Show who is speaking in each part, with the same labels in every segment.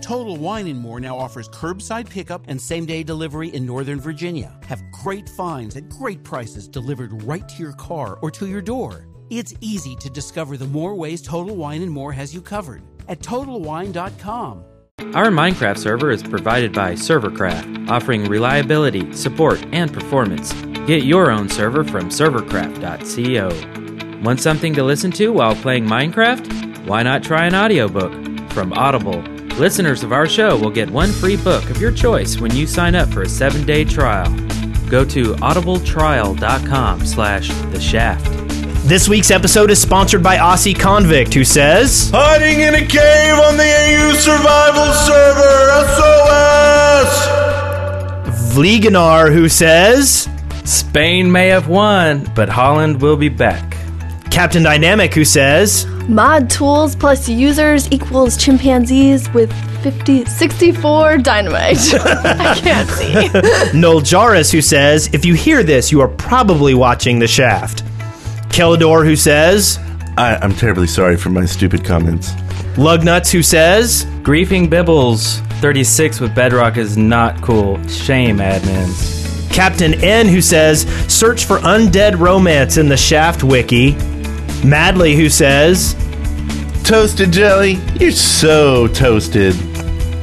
Speaker 1: Total Wine and More now offers curbside pickup and same day delivery in Northern Virginia. Have great finds at great prices delivered right to your car or to your door. It's easy to discover the more ways Total Wine and More has you covered at TotalWine.com.
Speaker 2: Our Minecraft server is provided by Servercraft, offering reliability, support, and performance. Get your own server from servercraft.co. Want something to listen to while playing Minecraft? Why not try an audiobook from Audible? Listeners of our show will get one free book of your choice when you sign up for a 7-day trial. Go to audibletrial.com slash the shaft.
Speaker 3: This week's episode is sponsored by Aussie Convict, who says,
Speaker 4: Hiding in a cave on the AU survival server,
Speaker 3: Vliganar, who says,
Speaker 2: Spain may have won, but Holland will be back.
Speaker 3: Captain Dynamic, who says,
Speaker 5: Mod tools plus users equals chimpanzees with 50, 64 dynamite. I can't see.
Speaker 3: Noel Jarvis, who says, If you hear this, you are probably watching The Shaft. Kelador, who says,
Speaker 4: SOS! I, I'm terribly sorry for my stupid comments.
Speaker 3: Lugnuts, who says,
Speaker 2: Griefing Bibbles. 36 with Bedrock is not cool. Shame, admins.
Speaker 3: Captain N, who says, Search for undead romance in the Shaft wiki. Madly, who says,
Speaker 4: Toasted jelly, you're so toasted.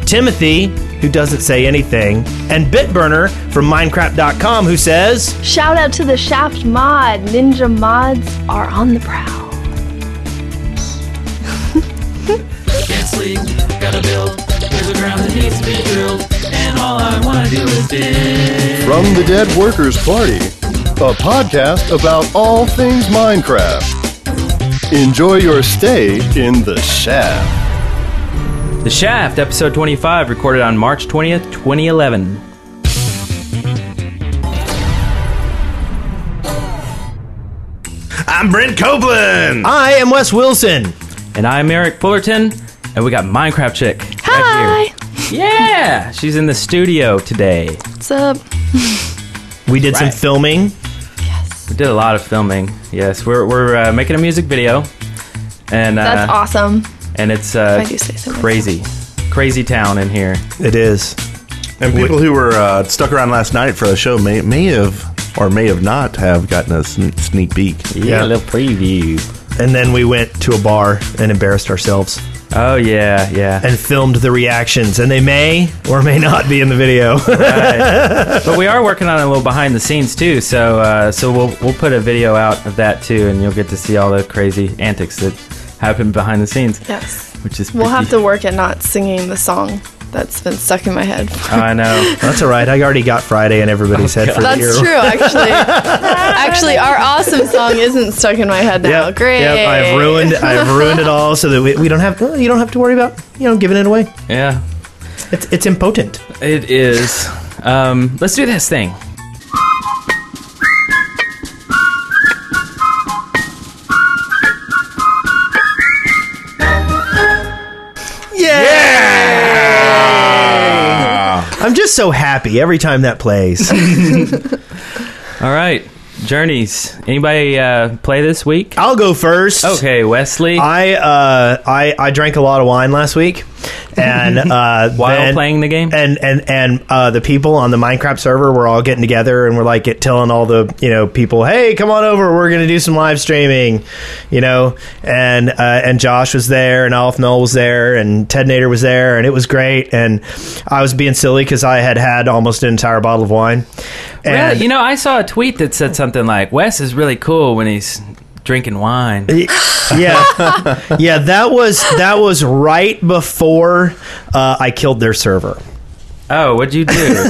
Speaker 3: Timothy, who doesn't say anything, and Bitburner from Minecraft.com, who says,
Speaker 5: Shout out to the Shaft mod. Ninja mods are on the prowl.
Speaker 6: can't sleep, gotta build. There's a ground that needs to be drilled, and all I wanna do is dig.
Speaker 7: From the Dead Workers Party, a podcast about all things Minecraft. Enjoy your stay in the shaft.
Speaker 2: The Shaft, episode 25, recorded on March 20th, 2011.
Speaker 4: I'm Brent Copeland!
Speaker 3: I am Wes Wilson.
Speaker 2: And I'm Eric Fullerton, and we got Minecraft Chick. right
Speaker 5: Hi.
Speaker 2: here. Yeah! She's in the studio today.
Speaker 5: What's up?
Speaker 3: We did some
Speaker 2: Right.
Speaker 3: filming.
Speaker 2: We did a lot of filming. Yes, we're, we're uh, making a music video. And, uh,
Speaker 3: Uh-huh.
Speaker 5: That's awesome.
Speaker 2: And it's uh,
Speaker 5: If I do say so myself.
Speaker 2: crazy. Crazy town in here.
Speaker 3: It is.
Speaker 4: And people who were uh, stuck around last night for the show may, may have, or may have not, have gotten a sne- sneak peek.
Speaker 3: Yeah.
Speaker 2: a little preview.
Speaker 3: And then we went to a bar and embarrassed ourselves
Speaker 2: Oh, yeah, yeah.
Speaker 3: and filmed the reactions. And they may or may not be in the video.
Speaker 2: But we are working on a little behind the scenes too, so uh, so we'll we'll put a video out of that too, and you'll get to see all the crazy antics that happen behind the scenes,
Speaker 5: Yes.
Speaker 2: which is
Speaker 5: We'll have to
Speaker 2: pretty-
Speaker 5: work at not singing the song that's been stuck in my head.
Speaker 2: I know.
Speaker 3: That's all right. I already got Friday and everybody's head for the year.
Speaker 5: That's true, actually. actually, our awesome song isn't stuck in my head now.
Speaker 3: Yep,
Speaker 5: Great.
Speaker 3: Yep, I've ruined. I've ruined it all, so that we, we don't have. well, You don't have to worry about you know giving it away.
Speaker 2: Yeah,
Speaker 3: It's it's impotent.
Speaker 2: it is. Um, let's do this thing.
Speaker 3: I'm just so happy every time that plays.
Speaker 2: All right, journeys. Anybody uh, play this week?
Speaker 3: I'll go first.
Speaker 2: Okay, Wesley.
Speaker 3: I uh I I drank a lot of wine last week, and uh,
Speaker 2: while
Speaker 3: then-
Speaker 2: playing the game.
Speaker 3: and and and uh, the people on the Minecraft server were all getting together and we're like get, telling all the you know people, hey, come on over, we're gonna do some live streaming, you know, and uh, and Josh was there and Alf Null was there and Ted Nader was there and it was great and I was being silly because I had had almost an entire bottle of wine,
Speaker 2: Yeah,
Speaker 3: and
Speaker 2: you know, I saw a tweet that said something like, "Wes is really cool when he's drinking wine."
Speaker 3: yeah, yeah, that was that was right before uh, I killed their server.
Speaker 2: Oh, what'd you do?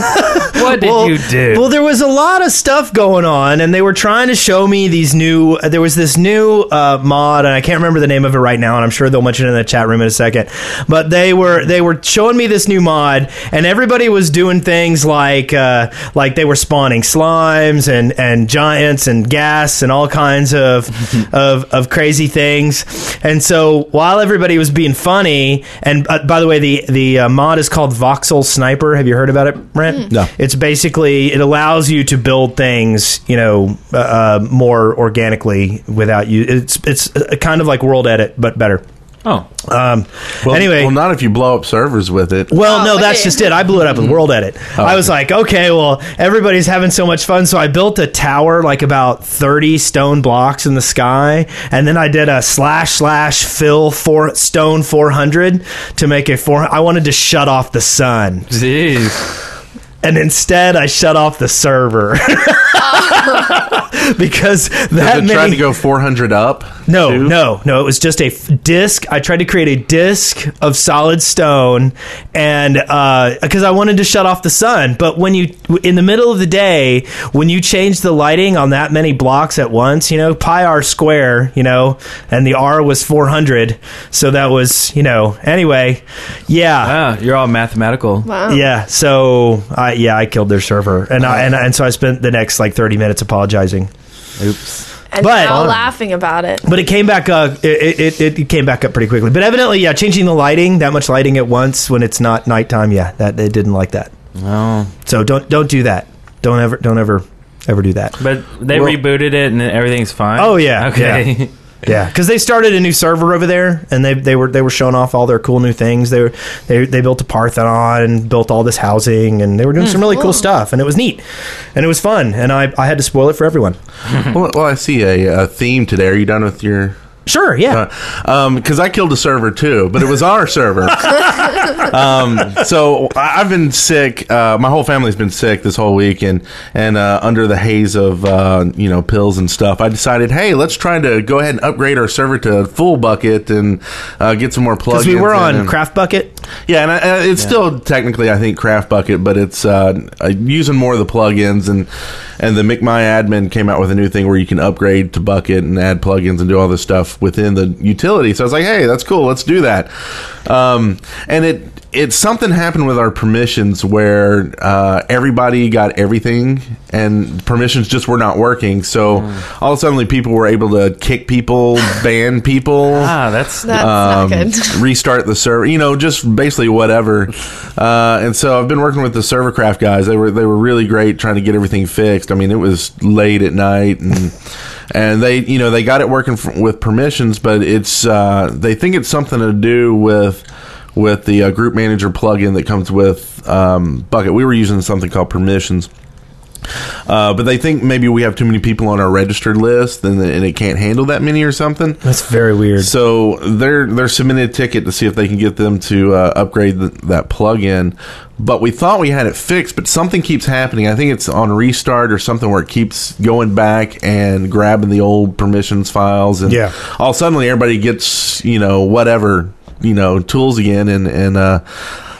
Speaker 2: what did you do?
Speaker 3: Well, there was a lot of stuff going on, and they were trying to show me these new. There was this new uh, mod, and I can't remember the name of it right now, and I'm sure they'll mention it in the chat room in a second. But they were they were showing me this new mod, and everybody was doing things like uh, like they were spawning slimes and and giants and gas and all kinds of of of crazy things. And so while everybody was being funny, and uh, by the way, the the uh, mod is called Voxel Sniper. Have you heard about it, Brent?
Speaker 4: No.
Speaker 3: It's basically it allows you to build things, you know, uh, uh, more organically without you. It's it's uh, kind of like World Edit, but better.
Speaker 8: Oh,
Speaker 3: Um,
Speaker 4: Well,
Speaker 3: anyway,
Speaker 4: well, not if you blow up servers with it.
Speaker 3: Well,
Speaker 5: Oh,
Speaker 3: no, that's
Speaker 5: okay.
Speaker 3: just it. I blew it up
Speaker 4: Mm-hmm.
Speaker 3: with World Edit.
Speaker 4: Oh,
Speaker 3: I was like, okay, well, everybody's having so much fun, so I built a tower like about thirty stone blocks in the sky, and then I did a slash slash fill four stone four hundred to make a four. I wanted to shut off the sun,
Speaker 8: jeez.
Speaker 3: and instead I shut off the server. because
Speaker 4: Is
Speaker 3: that
Speaker 4: it
Speaker 3: many
Speaker 4: tried to go 400 up?
Speaker 3: no,
Speaker 4: too?
Speaker 3: no, no. It was just a f- disc. I tried to create a disc of solid stone, and because I wanted to shut off the sun. But when you in the middle of the day, when you change the lighting on that many blocks at once, you know pi r square, you know, and the r was four hundred, so that was you know anyway, yeah.
Speaker 8: Ah, you're all mathematical.
Speaker 5: Wow.
Speaker 3: Yeah, so I yeah I killed their server, and I, and and so I spent the next like thirty minutes apologizing.
Speaker 8: Oops.
Speaker 5: And
Speaker 3: But-
Speaker 5: now laughing about it.
Speaker 3: But it came back up. It, it, it, it came back up pretty quickly. But evidently, yeah, changing the lighting that much lighting at once when it's not nighttime, yeah, that they didn't like that.
Speaker 8: No,
Speaker 3: So don't don't do that. Don't ever don't ever ever do that.
Speaker 8: but they
Speaker 4: Well-
Speaker 8: rebooted it and everything's fine.
Speaker 3: Oh, yeah,
Speaker 8: Okay.
Speaker 3: Yeah, because they started a new server over there, and they, they were they were showing off all their cool new things. They were they, they built a Parthenon and built all this housing, and they were doing some really cool stuff, and it was neat, and it was fun, and I, I had to spoil it for everyone.
Speaker 4: Well, well, I see a, a theme today. Are you done with your.
Speaker 3: Sure, yeah,
Speaker 4: Uh, Because Um, I killed a server too, but it was our server. um, so I- I've been sick. Uh, my whole family's been sick this whole week, and and uh, under the haze of uh, you know pills and stuff, I decided, hey, let's try to go ahead and upgrade our server to full bucket and uh, get some more plugins.
Speaker 3: because we were
Speaker 4: in
Speaker 3: on
Speaker 4: and-
Speaker 3: Craft Bucket.
Speaker 4: yeah, and I, uh, it's still technically I think Craft Bucket, but it's uh, uh, using more of the plugins and and the McMy admin came out with a new thing where you can upgrade to Bucket and add plugins and do all this stuff within the utility. So I was like, hey, that's cool, let's do that. Um, and it it's something happened with our permissions where uh, everybody got everything and permissions just were not working. So all of a sudden, people were able to kick people, ban people
Speaker 8: Ah, that's
Speaker 5: That's
Speaker 3: Um,
Speaker 5: not good.
Speaker 4: um, restart the server. You know, just basically whatever. Uh, and so I've been working with the servercraft guys. They were they were really great trying to get everything fixed. I mean, it was late at night and. And they, you know, they got it working f- with permissions, but it's uh, they think it's something to do with with the uh, group manager plugin that comes with um, Bucket. We were using something called permissions, uh, but they think maybe we have too many people on our registered list, and, and it can't handle that many or something.
Speaker 3: That's very weird.
Speaker 4: So they're they're submitting a ticket to see if they can get them to uh, upgrade th that plugin. But we thought we had it fixed, but something keeps happening. I think it's on restart or something where it keeps going back and grabbing the old permissions files, and
Speaker 3: Yeah.
Speaker 4: all suddenly everybody gets you know whatever you know tools again, and and uh,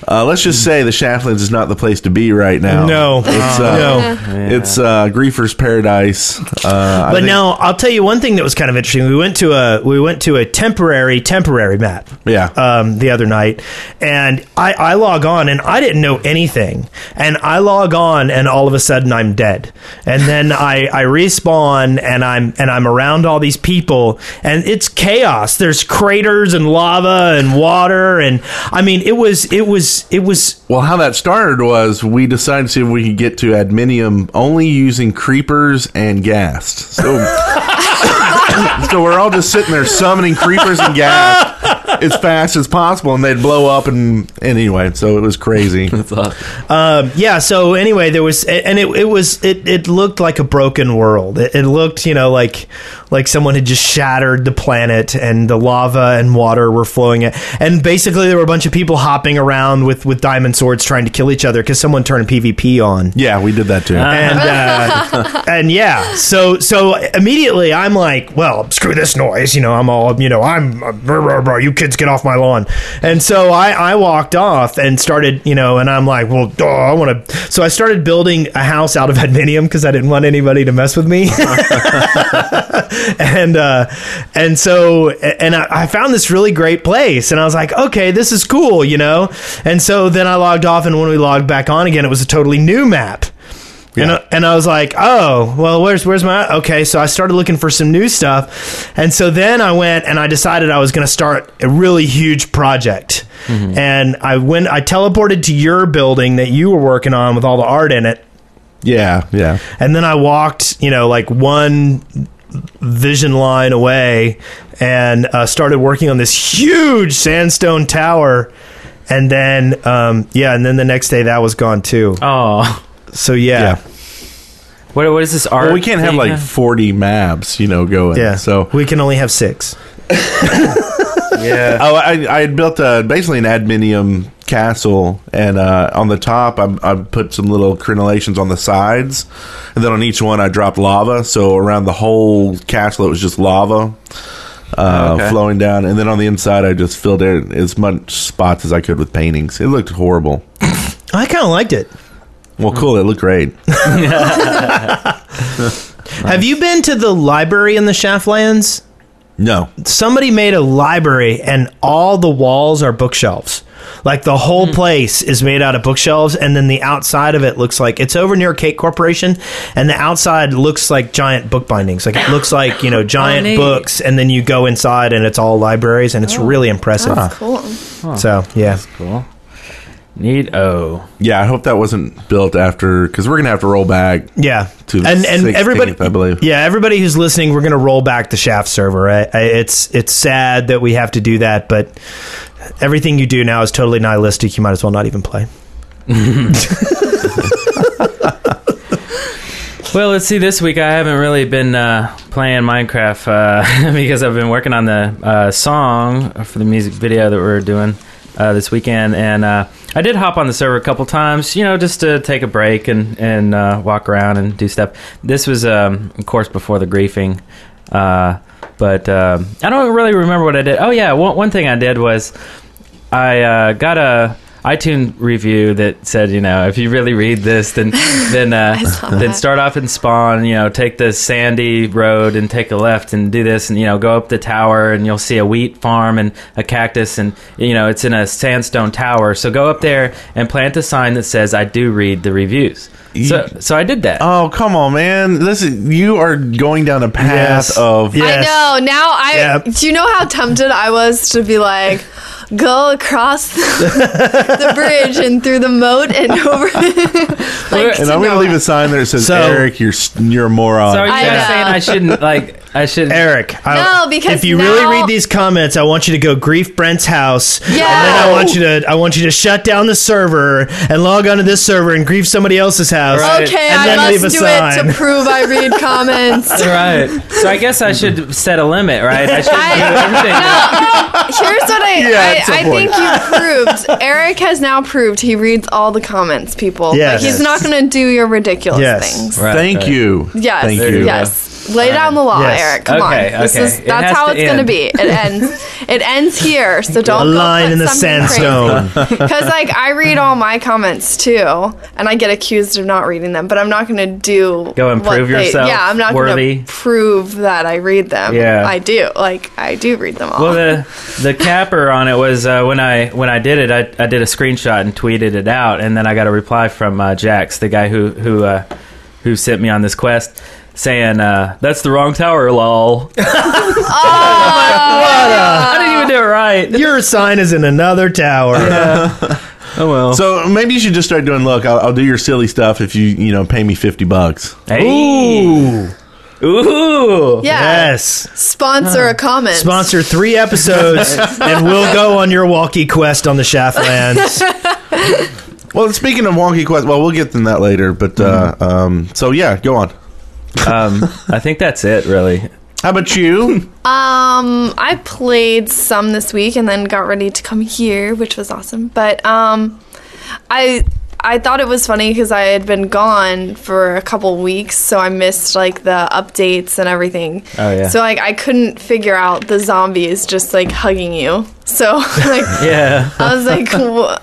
Speaker 4: uh, let's just say the Shaftlins is not the place to be right now.
Speaker 3: No.
Speaker 4: it's uh,
Speaker 3: No.
Speaker 4: it's uh, Griefer's paradise. Uh, I
Speaker 3: But
Speaker 4: think-
Speaker 3: now I'll tell you one thing that was kind of interesting. We went to a we went to a temporary temporary map.
Speaker 4: Yeah.
Speaker 3: Um, the other night, and I I log on and I didn't know anything, and I log on and all of a sudden I'm dead, and then I I respawn and I'm and I'm around all these people and it's chaos. There's craters and lava and water and I mean it was it was it was
Speaker 4: Well, how that started was we decided to see if we could get to Adminium only using creepers and ghast. So, so we're all just sitting there summoning creepers and ghast as fast as possible, and they'd blow up. And, and anyway, so it was crazy.
Speaker 3: Um, yeah. So anyway, there was, and it, it was, it, it looked like a broken world. It, it looked, you know, like like someone had just shattered the planet, and the lava and water were flowing. It, and basically, there were a bunch of people hopping around with with diamond swords trying to kill each other because someone turned PvP on.
Speaker 4: yeah, we did that too.
Speaker 3: And uh, and yeah, so so immediately I'm like, well, screw this noise, you know. I'm all, you know, I'm, uh, brr, brr, brr, you kids get off my lawn. And so I I walked off and started, you know, and I'm like, well, duh, I want to. So I started building a house out of adminium because I didn't want anybody to mess with me. and uh, and so and I, I found this really great place, and I was like, okay, this is cool, you know. And so then I logged off, and when we logged back on again, it was a totally new map. And, I, and I was like, oh, well, where's where's my okay? So I started looking for some new stuff, and so then I went and I decided I was going to start a really huge project. And I went, I teleported to your building that you were working on with all the art in it,
Speaker 4: Yeah, yeah.
Speaker 3: and then I walked, you know, like one vision line away and uh, started working on this huge sandstone tower. And then, um, yeah, and then the next day that was gone too.
Speaker 2: Oh,
Speaker 3: So yeah,
Speaker 2: what what is this art?
Speaker 4: Well, we can't have
Speaker 2: thing?
Speaker 4: like 40 maps, you know, going.
Speaker 3: yeah.
Speaker 4: So
Speaker 3: we can only have six. yeah.
Speaker 4: Oh, I, I had built a, basically an adminium castle, and uh, on the top, I, I put some little crenellations on the sides, and then on each one, I dropped lava. So around the whole castle, it was just lava uh,
Speaker 2: Okay.
Speaker 4: flowing down, and then on the inside, I just filled in as much spots as I could with paintings. It looked horrible.
Speaker 3: I kind of liked it.
Speaker 4: Well, cool. It looked great.
Speaker 3: Have you been to the library in the Shaftlands?
Speaker 4: No,
Speaker 3: somebody made a library and all the walls are bookshelves. Like the whole
Speaker 5: Hmm.
Speaker 3: place is made out of bookshelves, and then the outside of it looks like it's over near Cake Corporation, and the outside looks like giant book bindings. Like it looks like you know
Speaker 5: Oh,
Speaker 3: giant
Speaker 2: neat.
Speaker 3: books, and then you go inside and it's all libraries, and it's really impressive.
Speaker 5: Oh, That's cool.
Speaker 3: So yeah,
Speaker 2: cool. Need oh
Speaker 4: yeah. I hope that wasn't built after because we're gonna have to roll back.
Speaker 3: yeah,
Speaker 4: To the
Speaker 3: and and
Speaker 4: 16th,
Speaker 3: everybody,
Speaker 4: I believe.
Speaker 3: yeah, everybody who's listening, we're gonna roll back the Shaft server. Right? I- It's it's sad that we have to do that, but everything you do now is totally nihilistic. You might as well not even play.
Speaker 2: well, let's see. This week I haven't really been uh, playing Minecraft uh, because I've been working on the uh, song for the music video that we're doing uh, this weekend, and uh, I did hop on the server a couple times, you know, just to take a break and and uh, walk around and do stuff. This was, um, of course, before the griefing. Uh, but um, I don't really remember what I did. Oh yeah, one, one thing I did was I uh, got a iTunes review that said, you know, if you really read this, then then uh,
Speaker 5: saw
Speaker 2: then
Speaker 5: that.
Speaker 2: start off in Spawn. You know, take the sandy road and take a left and do this, and you know, go up the tower and you'll see a wheat farm and a cactus, and you know, it's in a sandstone tower. So go up there and plant a sign that says, "I do read the reviews." So so I did that.
Speaker 4: Oh come on, man! This is you are going down a path
Speaker 3: Yes.
Speaker 4: of
Speaker 3: Yeah. Yes.
Speaker 5: I know. Now I
Speaker 3: Yep.
Speaker 5: do you know how tempted I was to be like, go across the, the bridge and through the moat and over. like,
Speaker 4: And I'm
Speaker 5: to
Speaker 4: going to
Speaker 5: know
Speaker 4: leave a sign there that says,
Speaker 3: So-
Speaker 4: "Eric, you're s- you're a moron."
Speaker 2: so are you
Speaker 5: I
Speaker 2: guys
Speaker 5: know.
Speaker 2: saying I shouldn't like I should?
Speaker 3: Eric, I,
Speaker 5: No, because
Speaker 3: if you
Speaker 5: now-
Speaker 3: really read these comments, I want you to go grief Brent's house,
Speaker 5: Yeah.
Speaker 3: and then I want you to I want you to shut down the server and log onto this server and grief somebody else's house.
Speaker 2: Right.
Speaker 5: Okay,
Speaker 3: And
Speaker 5: I
Speaker 3: then
Speaker 5: must
Speaker 3: leave a
Speaker 5: do it
Speaker 3: sign.
Speaker 5: to prove I read comments.
Speaker 2: Right. So I guess I should set a limit, right? I should
Speaker 5: I-
Speaker 2: do everything.
Speaker 5: Here's what I
Speaker 4: Yeah, at
Speaker 5: I,
Speaker 4: some
Speaker 5: I think you proved. Eric has now proved he reads all the comments, people.
Speaker 3: Yes.
Speaker 5: But he's not going to do your ridiculous
Speaker 3: Yes.
Speaker 5: things.
Speaker 2: Right,
Speaker 4: Thank
Speaker 2: right.
Speaker 4: you.
Speaker 5: Yes.
Speaker 4: Thank
Speaker 2: There you
Speaker 4: you.
Speaker 2: go.
Speaker 5: Yes. Lay down the law,
Speaker 3: Yes.
Speaker 5: Eric. Come
Speaker 2: Okay,
Speaker 5: on. This
Speaker 2: okay.
Speaker 5: is
Speaker 2: It
Speaker 5: that's
Speaker 2: has
Speaker 5: how
Speaker 2: to
Speaker 5: it's going
Speaker 2: end.
Speaker 5: to be. It ends. it ends here. So don't
Speaker 3: A
Speaker 5: go
Speaker 3: line
Speaker 5: put
Speaker 3: in the
Speaker 5: something crazy.
Speaker 3: sandstone.
Speaker 5: Because like I read all my comments too, and I get accused of not reading them, but I'm not going to do
Speaker 2: Go and
Speaker 5: what
Speaker 2: prove
Speaker 5: they-
Speaker 2: yourself
Speaker 5: Yeah, I'm not
Speaker 2: worthy.
Speaker 5: going to prove that I read them.
Speaker 2: Yeah.
Speaker 5: I do. Like I do read them all.
Speaker 2: Well, the the capper on it was uh, when I when I did it, I, I did a screenshot and tweeted it out, and then I got a reply from uh, Jax, the guy who who uh, who sent me on this quest, saying uh, that's the wrong tower, lol. I'm like, what a- I didn't even do it right.
Speaker 3: Your sign is in another tower.
Speaker 2: Oh well.
Speaker 4: So maybe you should just start doing. Look, I'll, I'll do your silly stuff if you you know pay me fifty bucks.
Speaker 2: Hey.
Speaker 3: Ooh.
Speaker 2: Ooh. Ooh.
Speaker 5: yeah.
Speaker 3: Yes.
Speaker 2: uh,
Speaker 5: Sponsor a comment.
Speaker 3: Sponsor three episodes, and we'll go on your walkie quest on the Shaftlands.
Speaker 4: Well, speaking of wonky quest, well, we'll get to that later. But uh,
Speaker 2: Mm-hmm.
Speaker 4: um, so yeah, go on.
Speaker 2: Um, I think that's it, really.
Speaker 4: How about you?
Speaker 5: Um, I played some this week and then got ready to come here, which was awesome. But um, I I thought it was funny because I had been gone for a couple weeks, so I missed like the updates and everything.
Speaker 2: Oh, yeah.
Speaker 5: So like I couldn't figure out the zombies just like hugging you. So like
Speaker 2: Yeah.
Speaker 5: I was like, "Wh-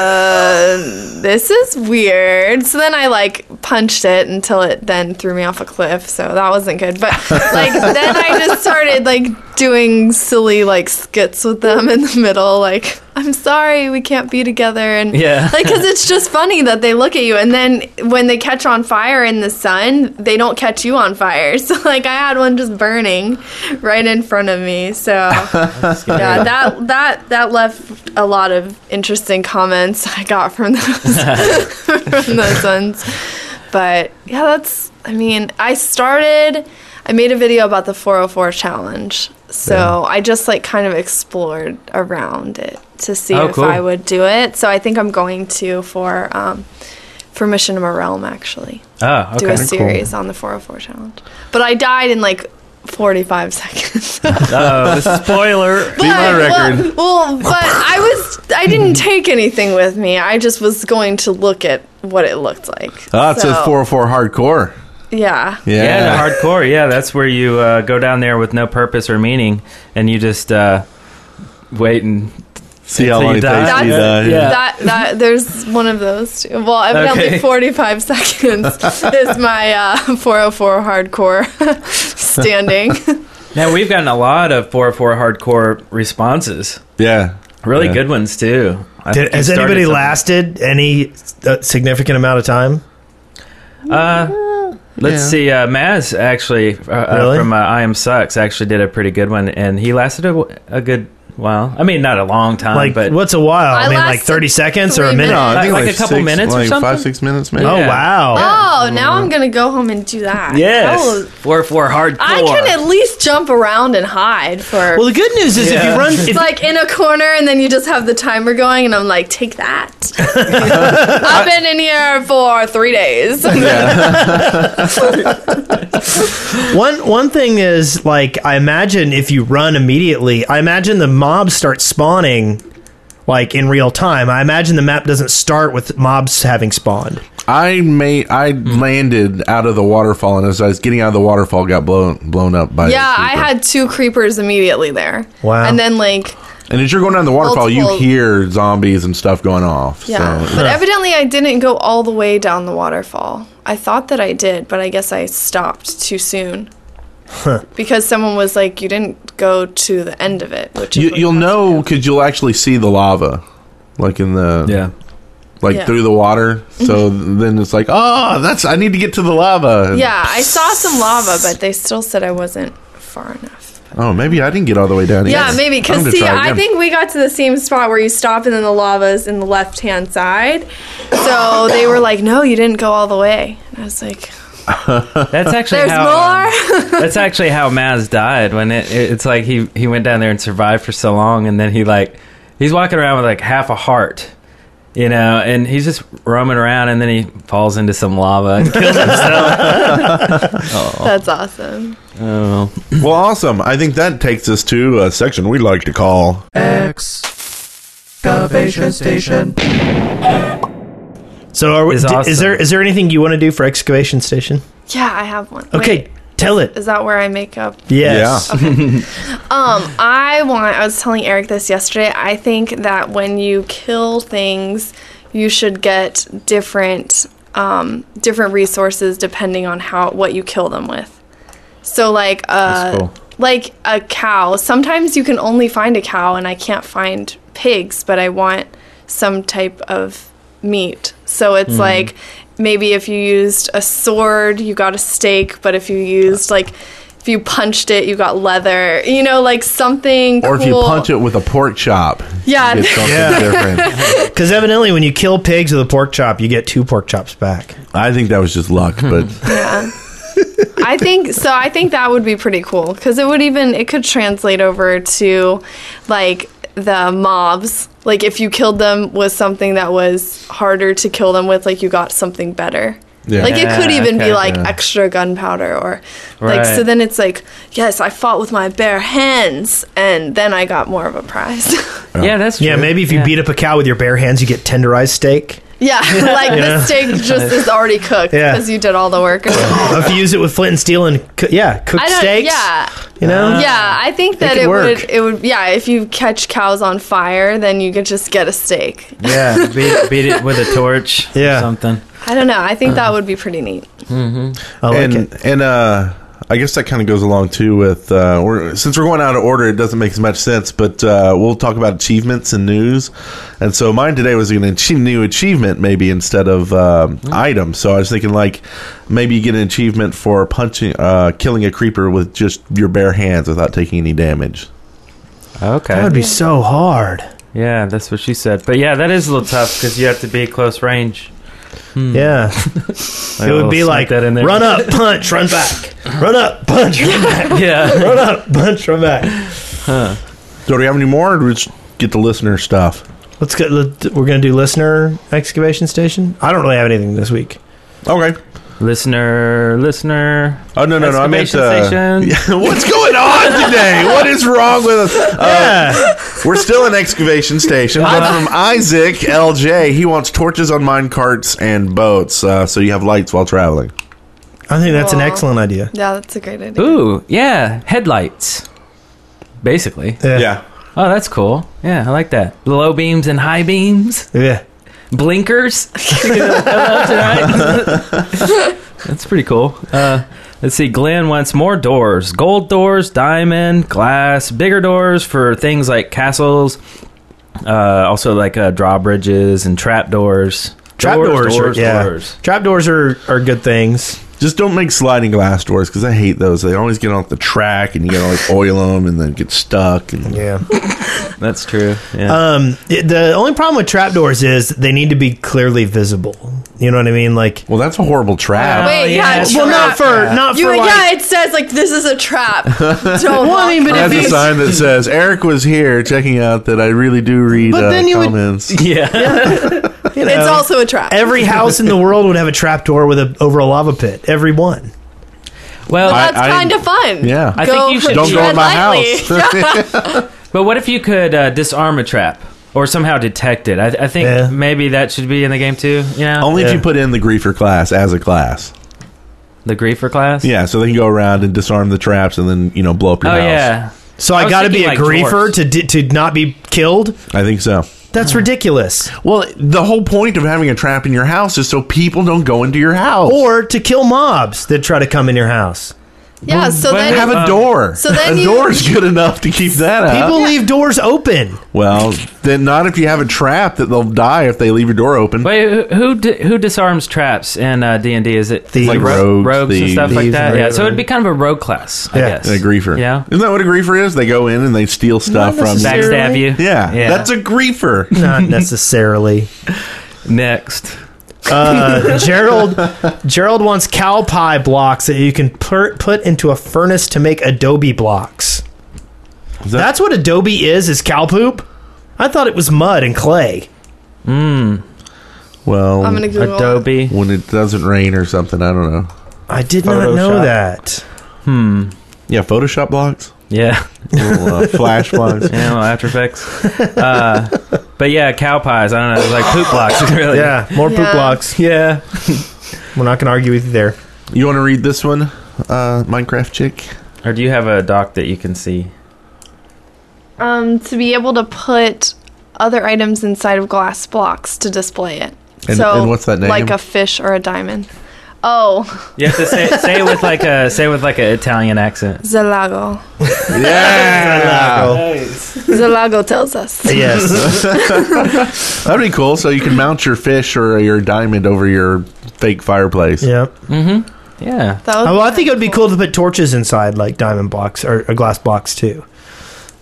Speaker 5: uh, this is weird. So then I like punched it until it then threw me off a cliff. So that wasn't good. But like then I just started like doing silly like skits with them in the middle. Like I'm sorry we can't be together and
Speaker 2: Yeah.
Speaker 5: like because it's just funny that they look at you and then when they catch on fire in the sun they don't catch you on fire. So like I had one just burning right in front of me. So yeah, that that that left a lot of interesting comments I got from those from those ones. But yeah, that's I mean, I started I I made a video about the 404 challenge. So I just like kind of explored around it to see
Speaker 2: Oh,
Speaker 5: if
Speaker 2: cool.
Speaker 5: I would do it. So I think I'm going to for um, for Mission to my Realm actually
Speaker 2: Oh,
Speaker 5: do
Speaker 2: okay.
Speaker 5: a series on the 404 challenge. But I died in like 45 seconds.
Speaker 2: Oh, spoiler.
Speaker 5: But,
Speaker 4: my record.
Speaker 5: Well, well, but I was I didn't take anything with me. I just was going to look at what it looked like.
Speaker 4: Ah, it says
Speaker 5: So,
Speaker 4: 404 hardcore.
Speaker 5: Yeah.
Speaker 4: Yeah.
Speaker 2: Yeah, the hardcore. Yeah, that's where you uh, go down there with no purpose or meaning, and you just uh, wait and
Speaker 4: See how
Speaker 2: Until
Speaker 4: long
Speaker 2: you
Speaker 4: it
Speaker 2: die.
Speaker 4: takes. till you die.
Speaker 5: That's-
Speaker 4: Yeah.
Speaker 5: That that there's one of those. Too. Well, evidently
Speaker 2: Okay.
Speaker 5: 45 seconds is my uh, 404 hardcore standing.
Speaker 2: Now we've gotten a lot of four oh four hardcore responses.
Speaker 4: Yeah.
Speaker 2: Really
Speaker 4: Yeah.
Speaker 2: good ones too. I think
Speaker 3: Did,
Speaker 2: you
Speaker 3: has
Speaker 2: started
Speaker 3: anybody
Speaker 2: something. Um,
Speaker 3: lasted any uh, significant amount of time?
Speaker 2: Let's
Speaker 4: Yeah.
Speaker 2: see. Uh, Maz actually uh, uh,
Speaker 3: Really?
Speaker 2: from uh, I Am Sucks actually did a pretty good one, and he lasted a, w- a good while. I mean, not a long time,
Speaker 3: Like,
Speaker 2: but
Speaker 3: what's a while? I,
Speaker 5: I
Speaker 3: mean, like
Speaker 5: lasted
Speaker 3: 30 seconds or a
Speaker 5: three
Speaker 3: minute?
Speaker 5: minutes.
Speaker 4: Uh, I
Speaker 2: Like-
Speaker 4: think
Speaker 2: like a couple
Speaker 4: six-
Speaker 2: minutes or
Speaker 4: like
Speaker 2: something?
Speaker 4: Five, six minutes maybe.
Speaker 3: Oh,
Speaker 2: Yeah.
Speaker 3: wow.
Speaker 5: oh, now I'm gonna go home and do that.
Speaker 2: yes,
Speaker 5: Oh,
Speaker 2: four four hardcore.
Speaker 5: I can at least jump around and hide for.
Speaker 3: Well, the good news is if you run, if,
Speaker 5: it's like in a corner, and then you just have the timer going, and I'm like, take that. I've been in here for three days.
Speaker 3: One one thing is like I imagine if you run immediately, I imagine the mobs start spawning like in real time. I imagine the map doesn't start with mobs having spawned.
Speaker 4: I may I landed out of the waterfall, and as I was getting out of the waterfall, got blown blown up by. a
Speaker 5: yeah, I
Speaker 4: creeper.
Speaker 5: had two creepers immediately there.
Speaker 3: Wow.
Speaker 5: And then like.
Speaker 4: And as you're going down the waterfall, you
Speaker 5: Multiple-
Speaker 4: hear zombies and stuff going off.
Speaker 5: Yeah,
Speaker 4: So
Speaker 5: but evidently I didn't go all the way down the waterfall. I thought that I did, but I guess I stopped too soon. Because someone was like, "You didn't go to the end of it," which is
Speaker 4: you,
Speaker 5: what
Speaker 4: you'll
Speaker 5: caused me.
Speaker 4: know because you'll actually see the lava, like in the
Speaker 2: yeah.
Speaker 4: like
Speaker 5: Yeah. Mm-hmm.
Speaker 4: through the water. So then it's like, oh, that's I need to get to the lava.
Speaker 5: Yeah, I saw some lava, but they still said I wasn't far enough.
Speaker 4: Oh, maybe I didn't get all the way down.
Speaker 5: Yeah,
Speaker 4: yet.
Speaker 5: maybe
Speaker 4: I'm
Speaker 5: because
Speaker 4: gonna
Speaker 5: see,
Speaker 4: try
Speaker 5: I
Speaker 4: again.
Speaker 5: think we got to the same spot where you stop and then the lava's in the left hand side. So they were like, "No, you didn't go all the way." And I was like,
Speaker 2: That's actually
Speaker 5: "There's
Speaker 2: how, uh,
Speaker 5: more."
Speaker 2: That's actually how Maz died. When it, it- it's like he he went down there and survived for so long, and then he like he's walking around with like half a heart, you know, and he's just roaming around, and then he falls into some lava. And kills
Speaker 5: That's awesome.
Speaker 2: oh,
Speaker 4: Well, awesome. I think that takes us to a section we like to call.
Speaker 7: Excavation station.
Speaker 3: So are we,
Speaker 2: Is
Speaker 3: d-
Speaker 2: awesome.
Speaker 3: is there is there anything you want to do for excavation station?
Speaker 5: Yeah, I have one.
Speaker 3: Okay,
Speaker 5: Wait,
Speaker 3: tell it.
Speaker 5: is that where I make up?
Speaker 3: Yes.
Speaker 4: Yeah.
Speaker 5: Um, I want. I was telling Eric this yesterday. I think that when you kill things, you should get different um, different resources depending on how what you kill them with. So like uh,
Speaker 4: cool.
Speaker 5: like a cow. Sometimes you can only find a cow, and I can't find pigs, but I want some type of meat. So it's
Speaker 4: Mm-hmm.
Speaker 5: like maybe if you used a sword, you got a steak, but if you used like if you punched it, you got leather. You know, like something.
Speaker 4: Or if you
Speaker 5: cool.
Speaker 4: punch it with a pork chop,
Speaker 5: Yeah.
Speaker 4: you get something different.
Speaker 3: Because evidently, when you kill pigs with a pork chop, you get two pork chops back.
Speaker 4: I think that was just luck,
Speaker 3: Hmm.
Speaker 4: but
Speaker 5: I think so. I think that would be pretty cool because it would even it could translate over to like the mobs. Like if you killed them with something that was harder to kill them with, like you got something better.
Speaker 4: Yeah.
Speaker 5: Like it could
Speaker 2: Yeah,
Speaker 5: even
Speaker 2: okay.
Speaker 5: be like
Speaker 4: Yeah.
Speaker 5: extra gunpowder or like so
Speaker 2: Right.
Speaker 5: then it's like yes I fought with my bare hands and then I got more of a prize.
Speaker 2: yeah, that's true.
Speaker 3: Yeah, maybe if you
Speaker 2: Yeah.
Speaker 3: beat up a cow with your bare hands, you get tenderized steak.
Speaker 5: yeah, like the steak just is already cooked
Speaker 3: Yeah.
Speaker 5: because you did all the work.
Speaker 3: if you use it with flint and steel and coo- yeah, cooked
Speaker 5: I don't.
Speaker 3: steaks.
Speaker 5: Yeah,
Speaker 3: You know.
Speaker 5: yeah, I think that
Speaker 3: could
Speaker 5: it
Speaker 3: Uh, work.
Speaker 5: would. It would. Yeah, if you catch cows on fire, then you could just get a steak.
Speaker 2: yeah, beat, beat it with a torch.
Speaker 3: Yeah.
Speaker 2: or something.
Speaker 5: I don't know. I think
Speaker 3: Uh.
Speaker 5: that would be pretty neat.
Speaker 3: I like it.
Speaker 4: and and uh, I guess that kind of goes along too with uh, we're, since we're going out of order, it doesn't make as much sense. But uh, we'll talk about achievements and news. And so mine today was an ach- new achievement, maybe instead of um,
Speaker 3: Hmm.
Speaker 4: item. So I was thinking like maybe you get an achievement for punching, uh, killing a creeper with just your bare hands without taking any damage.
Speaker 3: That
Speaker 2: Okay,
Speaker 3: would be so hard.
Speaker 2: yeah, that's what she said. But yeah, that is a little tough because you have to be close range.
Speaker 3: Yeah, it would be
Speaker 2: I'll sneak
Speaker 3: like
Speaker 2: that in there.
Speaker 3: Run up, punch, run back. Run up, punch, run back.
Speaker 2: Yeah.
Speaker 3: Run up, punch, run back.
Speaker 4: So do we have any more, or do we just get the listener stuff?
Speaker 3: Let's go. let- We're gonna do listener excavation station. I don't really have anything this week.
Speaker 4: Okay.
Speaker 2: listener, listener.
Speaker 4: Oh no no no! I meant uh,
Speaker 2: Excavation
Speaker 4: what's going on today? What is wrong with us? Uh,
Speaker 3: Yeah.
Speaker 4: we're still in excavation station. But from Isaac LJ, he wants torches on mine carts and boats, uh, so you have lights while traveling.
Speaker 3: I think that's an
Speaker 5: Aw.
Speaker 3: excellent idea.
Speaker 5: Yeah, that's a great idea.
Speaker 2: Ooh, yeah, headlights. Basically. Oh, that's cool. Yeah, I like that. Low beams and high beams,
Speaker 3: Yeah.
Speaker 2: blinkers. that's pretty cool. Uh, let's see. Glenn wants more doors: gold doors, diamond, glass, bigger doors for things like castles. Uh, also, like uh, drawbridges and trapdoors.
Speaker 3: Trapdoors,
Speaker 2: doors,
Speaker 3: are, yeah.
Speaker 2: doors.
Speaker 3: Trapdoors are, are good things.
Speaker 4: Just don't make sliding glass doors because I hate those. They always get off the track, and you gotta like oil them, and then get stuck. And
Speaker 3: Yeah.
Speaker 2: That's true. Yeah.
Speaker 3: Um, it- the only problem with trapdoors is they need to be clearly visible. You know what I mean? Like,
Speaker 4: well, that's a horrible trap.
Speaker 2: Well,
Speaker 5: Wait, yeah,
Speaker 2: yeah,
Speaker 5: it's
Speaker 3: well, not
Speaker 5: trap.
Speaker 3: for not for
Speaker 5: You,
Speaker 3: like.
Speaker 5: yeah, it says like this is a trap. Don't.
Speaker 3: Well, I mean, but
Speaker 4: That's
Speaker 3: if
Speaker 4: a
Speaker 3: you-
Speaker 4: sign that says Eric was here checking out that I really do read
Speaker 3: But
Speaker 4: uh,
Speaker 3: then you would-
Speaker 4: comments.
Speaker 2: yeah.
Speaker 3: you know,
Speaker 5: it's also a trap.
Speaker 3: every house in the world would have a trapdoor with a over a lava pit. Every one.
Speaker 2: Well,
Speaker 5: That's
Speaker 4: I- I-
Speaker 5: kind of fun.
Speaker 4: Yeah.
Speaker 2: I think you should
Speaker 4: don't go in
Speaker 5: tread
Speaker 4: my
Speaker 5: lightly.
Speaker 4: house.
Speaker 2: But what if you could uh, disarm a trap or somehow detect it? I, I think
Speaker 3: Yeah.
Speaker 2: maybe that should be in the game too. Yeah,
Speaker 4: Only if
Speaker 3: Yeah.
Speaker 4: you put in the griefer class as a class.
Speaker 2: the griefer class.
Speaker 4: Yeah, so they can go around and disarm the traps and then, you know, blow up
Speaker 2: Oh
Speaker 4: your house.
Speaker 2: yeah.
Speaker 3: So
Speaker 2: I
Speaker 3: I,
Speaker 2: was
Speaker 3: got to be a
Speaker 2: thinking, like,
Speaker 3: griefer
Speaker 2: dwarfs.
Speaker 3: to di- to not be killed.
Speaker 4: I think so.
Speaker 3: That's ridiculous.
Speaker 4: Well, the whole point of having a trap in your house is so people don't go into your house.
Speaker 3: Or to kill mobs that try to come in your house.
Speaker 5: Yeah. So
Speaker 2: But
Speaker 5: then
Speaker 4: have a
Speaker 2: Um,
Speaker 4: door.
Speaker 5: so then
Speaker 4: a
Speaker 5: you-
Speaker 4: door is good enough to keep that out.
Speaker 3: People leave doors open.
Speaker 4: well, then not if you have a trap that they'll die if they leave your door open.
Speaker 2: Wait, who who, di- who disarms traps in uh, D and D? Is it
Speaker 3: Thieves.
Speaker 4: Like
Speaker 2: ro-
Speaker 4: rogues,
Speaker 2: rogues and
Speaker 4: thieves.
Speaker 2: stuff like
Speaker 3: Thieves,
Speaker 2: that? Yeah. So it'd
Speaker 3: right.
Speaker 2: be kind of a rogue class, I
Speaker 3: Yeah.
Speaker 2: guess.
Speaker 4: a griefer.
Speaker 2: Yeah.
Speaker 4: Isn't that what a griefer is? They go in and they steal stuff from you.
Speaker 3: necessarily.
Speaker 2: Backstab you.
Speaker 4: Yeah, That's a griefer.
Speaker 3: Not necessarily.
Speaker 2: next.
Speaker 3: Uh, Gerald Gerald wants cow pie blocks that you can per- put into a furnace to make adobe blocks.
Speaker 4: Is that-
Speaker 3: That's what adobe is, is cow poop? I thought it was mud and clay.
Speaker 4: well,
Speaker 5: I'm gonna Google It.
Speaker 2: Adobe.
Speaker 4: when it doesn't rain or something, I don't know.
Speaker 3: I did not know that.
Speaker 4: Yeah, Photoshop blocks,
Speaker 2: Yeah.
Speaker 4: little, uh, flash blocks.
Speaker 2: Yeah. well, After Effects. Uh, but yeah, cow pies. I don't know. It's like poop blocks.
Speaker 4: Oh,
Speaker 2: Really.
Speaker 3: Yeah, more poop
Speaker 5: Yeah.
Speaker 3: blocks.
Speaker 2: Yeah.
Speaker 3: We're not going to argue with you there.
Speaker 4: You want to read this one, uh, Minecraft chick?
Speaker 2: Or do you have a doc that you can see?
Speaker 5: Um, to be able to put other items inside of glass blocks to display it.
Speaker 4: And-
Speaker 5: so
Speaker 4: and what's that name?
Speaker 5: Like a fish or a diamond. Oh,
Speaker 2: You have to say, say it with like a say it with like an Italian accent.
Speaker 5: Zalago.
Speaker 4: Yeah,
Speaker 5: Zalago tells us.
Speaker 3: Yes.
Speaker 4: that'd be cool. So you can mount your fish or your diamond over your fake fireplace.
Speaker 3: yep.
Speaker 2: Yeah,
Speaker 5: That would
Speaker 3: Oh, well, I
Speaker 5: be
Speaker 3: think it would be
Speaker 5: kinda
Speaker 3: cool to put torches inside, like diamond blocks or, or glass blocks too.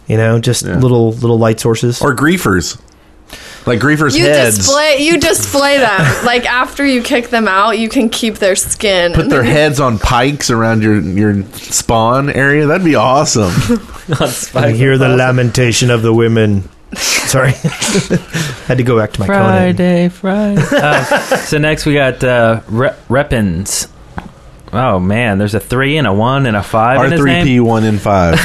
Speaker 3: You know, just
Speaker 4: Yeah.
Speaker 3: little little light sources.
Speaker 4: Or griefers, like griefers
Speaker 5: You
Speaker 4: heads.
Speaker 5: display you display them. like after you kick them out, you can keep their skin.
Speaker 4: Put their heads on pikes around your your spawn area. That'd be awesome.
Speaker 3: I hear the lamentation of the women. Sorry, had to go back to my Conan.
Speaker 2: Friday, Friday. uh, so next we got uh, Re- Reppins. Oh man, there's a three and a one and a five in
Speaker 4: R
Speaker 2: his
Speaker 4: three P
Speaker 2: name.
Speaker 4: one and five.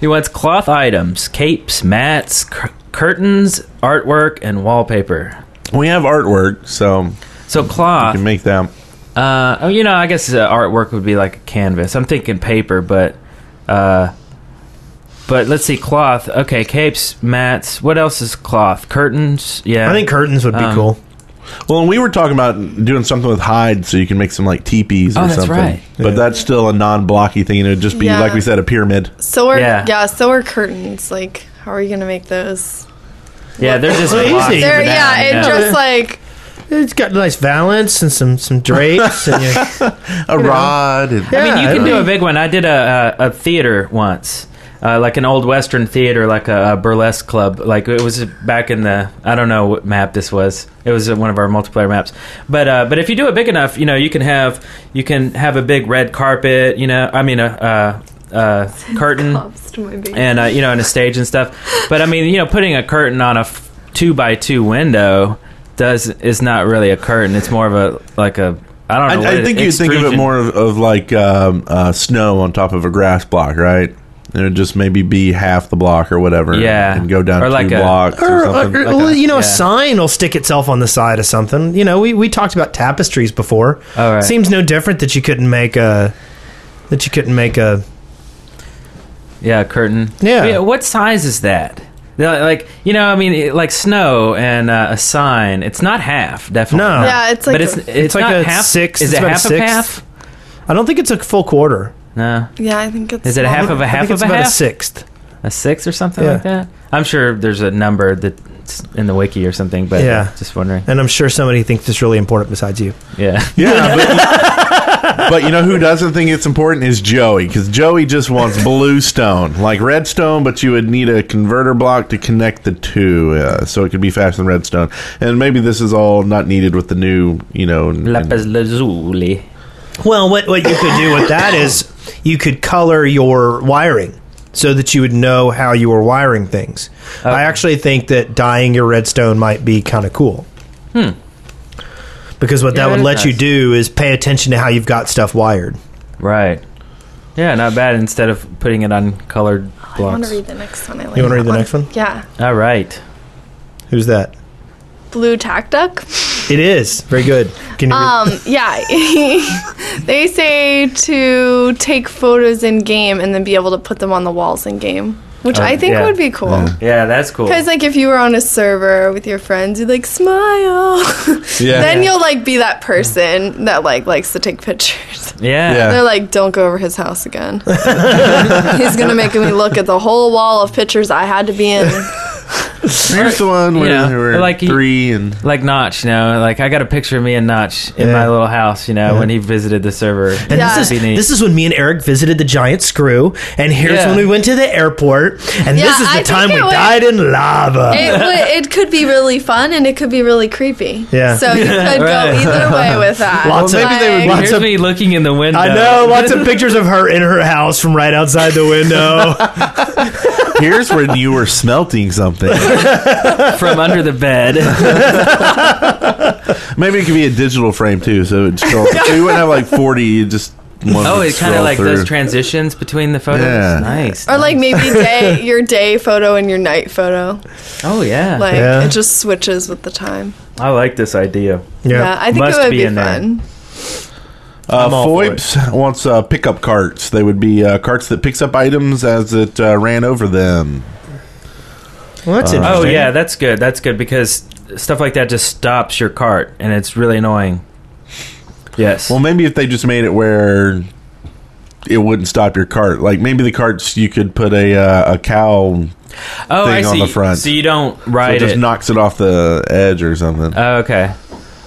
Speaker 2: He wants cloth items, capes, mats, cur- curtains, artwork, and wallpaper.
Speaker 4: we have artwork, so you
Speaker 2: So cloth.
Speaker 4: can make them.
Speaker 2: Uh, oh, you know, I guess uh, artwork would be like a canvas. I'm thinking paper, but, uh, but let's see, cloth. Okay, capes, mats. What else is cloth? Curtains. Yeah,
Speaker 3: I think curtains would be
Speaker 2: Um,
Speaker 3: cool.
Speaker 4: Well, and we were talking about doing something with hide, so you can make some like teepees
Speaker 2: Oh,
Speaker 4: or
Speaker 2: that's
Speaker 4: something.
Speaker 2: right.
Speaker 4: But
Speaker 3: Yeah.
Speaker 4: that's still a non-blocky thing, and it'd just be
Speaker 5: Yeah.
Speaker 4: like we said, a pyramid.
Speaker 5: So are
Speaker 2: Yeah.
Speaker 5: yeah. so are curtains. Like how are you gonna make those?
Speaker 2: yeah, they're just
Speaker 3: Well,
Speaker 2: blocks
Speaker 3: easy.
Speaker 2: for
Speaker 5: They're,
Speaker 2: now,
Speaker 5: yeah, it just like
Speaker 3: It's got nice valance and some some drapes. and you
Speaker 4: A rod. And,
Speaker 2: I mean, you
Speaker 3: Yeah,
Speaker 2: can
Speaker 3: I
Speaker 2: do a big one. I did a a, a theater once. uh, like an old western theater, like a, a burlesque club. Like it was back in the I don't know what map this was. It was one of our multiplayer maps. But uh, but if you do it big enough, you know you can have you can have a big red carpet. You know, I mean a. Uh, uh, curtain
Speaker 5: Pops to my baby.
Speaker 2: and uh, you know, and a stage and stuff. But I mean, you know, putting a curtain on a f- two by two window does is not really a curtain. It's more of a like a I don't know.
Speaker 4: I,
Speaker 2: what
Speaker 4: I
Speaker 2: it-
Speaker 4: think you think of it
Speaker 2: extrusion.
Speaker 4: more of, of like um, uh, snow on top of a grass block, right? And it would just maybe be half the block or whatever.
Speaker 2: Yeah.
Speaker 4: and go down
Speaker 2: Or
Speaker 4: two
Speaker 2: like a-
Speaker 4: blocks or,
Speaker 3: Or,
Speaker 4: something.
Speaker 3: or- well, you know,
Speaker 2: yeah.
Speaker 3: a sign will stick itself on the side of something. You know, we, we talked about tapestries before.
Speaker 2: All right.
Speaker 3: Seems no different that you couldn't make a that you couldn't make a
Speaker 2: yeah, a curtain.
Speaker 3: Yeah.
Speaker 2: What size is that? They're Like you know, I mean, it- like snow and uh, a sign. It's not half, definitely.
Speaker 3: No.
Speaker 5: yeah, it's like
Speaker 2: uh, but it's it's,
Speaker 3: like
Speaker 2: not
Speaker 3: a
Speaker 2: half.
Speaker 3: six-
Speaker 2: Is
Speaker 3: it's
Speaker 2: it
Speaker 3: about a
Speaker 2: half of
Speaker 3: six.
Speaker 2: half?
Speaker 3: I don't think it's a full quarter.
Speaker 2: No.
Speaker 5: yeah, I think it's
Speaker 2: Is it a half
Speaker 5: smaller.
Speaker 2: of a
Speaker 3: I
Speaker 2: half
Speaker 3: think
Speaker 2: of
Speaker 3: it's
Speaker 2: a
Speaker 3: about
Speaker 2: half?
Speaker 3: a sixth.
Speaker 2: a six or something
Speaker 3: Yeah.
Speaker 2: like that. I'm sure there's a number that's in the wiki or something, but
Speaker 3: Yeah.
Speaker 2: yeah. just wondering.
Speaker 3: And I'm sure somebody thinks it's really important besides you.
Speaker 2: Yeah.
Speaker 4: Yeah, but, but you know who doesn't think it's important is Joey because Joey just wants blue stone, like redstone, but you would need a converter block to connect the two, uh, so it could be faster than redstone. And maybe this is all not needed with the new, you know, n-
Speaker 2: Lapis lazuli.
Speaker 3: Well, what what you could do with that is you could color your wiring so that you would know how you were wiring things. I actually think that dyeing your redstone might be kind of cool. Hmm. Because what
Speaker 2: Yeah,
Speaker 3: that would
Speaker 2: that
Speaker 3: let
Speaker 2: is
Speaker 3: you
Speaker 2: nice.
Speaker 3: do is pay attention to how you've got stuff wired.
Speaker 2: Right. Yeah, not bad. Instead of putting it on colored
Speaker 5: I want
Speaker 2: blocks.
Speaker 5: to read the next one. I like
Speaker 3: You want to
Speaker 5: that
Speaker 3: read the next one?
Speaker 5: Yeah,
Speaker 2: All right.
Speaker 3: Who's that?
Speaker 5: blue tack duck.
Speaker 3: It is very good. Can you? read-
Speaker 5: Um, yeah, they say to take photos in game and then be able to put them on the walls in game, which I think
Speaker 2: yeah.
Speaker 5: would be cool.
Speaker 2: Yeah, that's cool.
Speaker 5: Because like if you were on a server with your friends, you'd like smile.
Speaker 4: Yeah.
Speaker 5: then you'll like be that person that like likes to take pictures.
Speaker 2: Yeah.
Speaker 4: Yeah.
Speaker 5: They're like, don't go over his house again. He's gonna make me look at the whole wall of pictures I had to be in.
Speaker 4: Here's the one where
Speaker 2: Yeah,
Speaker 4: there were
Speaker 2: like he-
Speaker 4: three and
Speaker 2: Like Notch, you know, like I got a picture of me and Notch in
Speaker 3: Yeah.
Speaker 2: my little house, you know, when he visited the server.
Speaker 3: And
Speaker 5: Yeah.
Speaker 3: this is
Speaker 2: Be neat.
Speaker 3: this is when me and Eric visited the giant screw, and here's
Speaker 2: Yeah.
Speaker 3: when we went to the airport, and
Speaker 5: Yeah,
Speaker 3: this is
Speaker 5: I
Speaker 3: the
Speaker 5: think
Speaker 3: time
Speaker 5: it
Speaker 3: we
Speaker 5: would-
Speaker 3: died in lava.
Speaker 5: It, would, it could be really fun and it could be really creepy.
Speaker 3: Yeah.
Speaker 5: So you could
Speaker 2: Right.
Speaker 5: go either way with that.
Speaker 3: Lots of-
Speaker 5: like,
Speaker 3: Maybe
Speaker 4: they would-
Speaker 2: Here's
Speaker 3: Lots of-
Speaker 2: me looking in the window.
Speaker 3: I know lots of pictures of her in her house from right outside the window.
Speaker 4: here's when you were smelting something.
Speaker 2: from under the bed.
Speaker 4: Maybe it could be a digital frame too, so it scroll. so you wouldn't have like forty. You just one
Speaker 2: oh,
Speaker 4: would
Speaker 2: it kind
Speaker 4: scroll
Speaker 2: of like
Speaker 4: through.
Speaker 2: those transitions between the photos.
Speaker 4: Yeah.
Speaker 2: Nice.
Speaker 5: Or like maybe day your day photo and your night photo.
Speaker 2: oh yeah.
Speaker 5: Like
Speaker 3: Yeah.
Speaker 5: it just switches with the time.
Speaker 2: I like this idea.
Speaker 5: Yeah, I think
Speaker 2: Must
Speaker 5: it would
Speaker 2: be
Speaker 5: be,
Speaker 2: in there.
Speaker 5: fun.
Speaker 4: Uh,
Speaker 3: I'm all for
Speaker 4: Foips wants uh, pickup carts. They would be uh, carts that picks up items as it uh, ran over them.
Speaker 3: Well, that's
Speaker 2: Oh yeah, that's good. That's good because stuff like that just stops your cart, and it's really annoying. Yes.
Speaker 4: Well, maybe if they just made it where it wouldn't stop your cart. Like maybe the carts you could put a uh, a cow
Speaker 2: oh,
Speaker 4: thing on the front.
Speaker 2: So you don't
Speaker 4: so
Speaker 2: ride
Speaker 4: it just
Speaker 2: it.
Speaker 4: knocks it off the edge or something.
Speaker 2: oh, okay.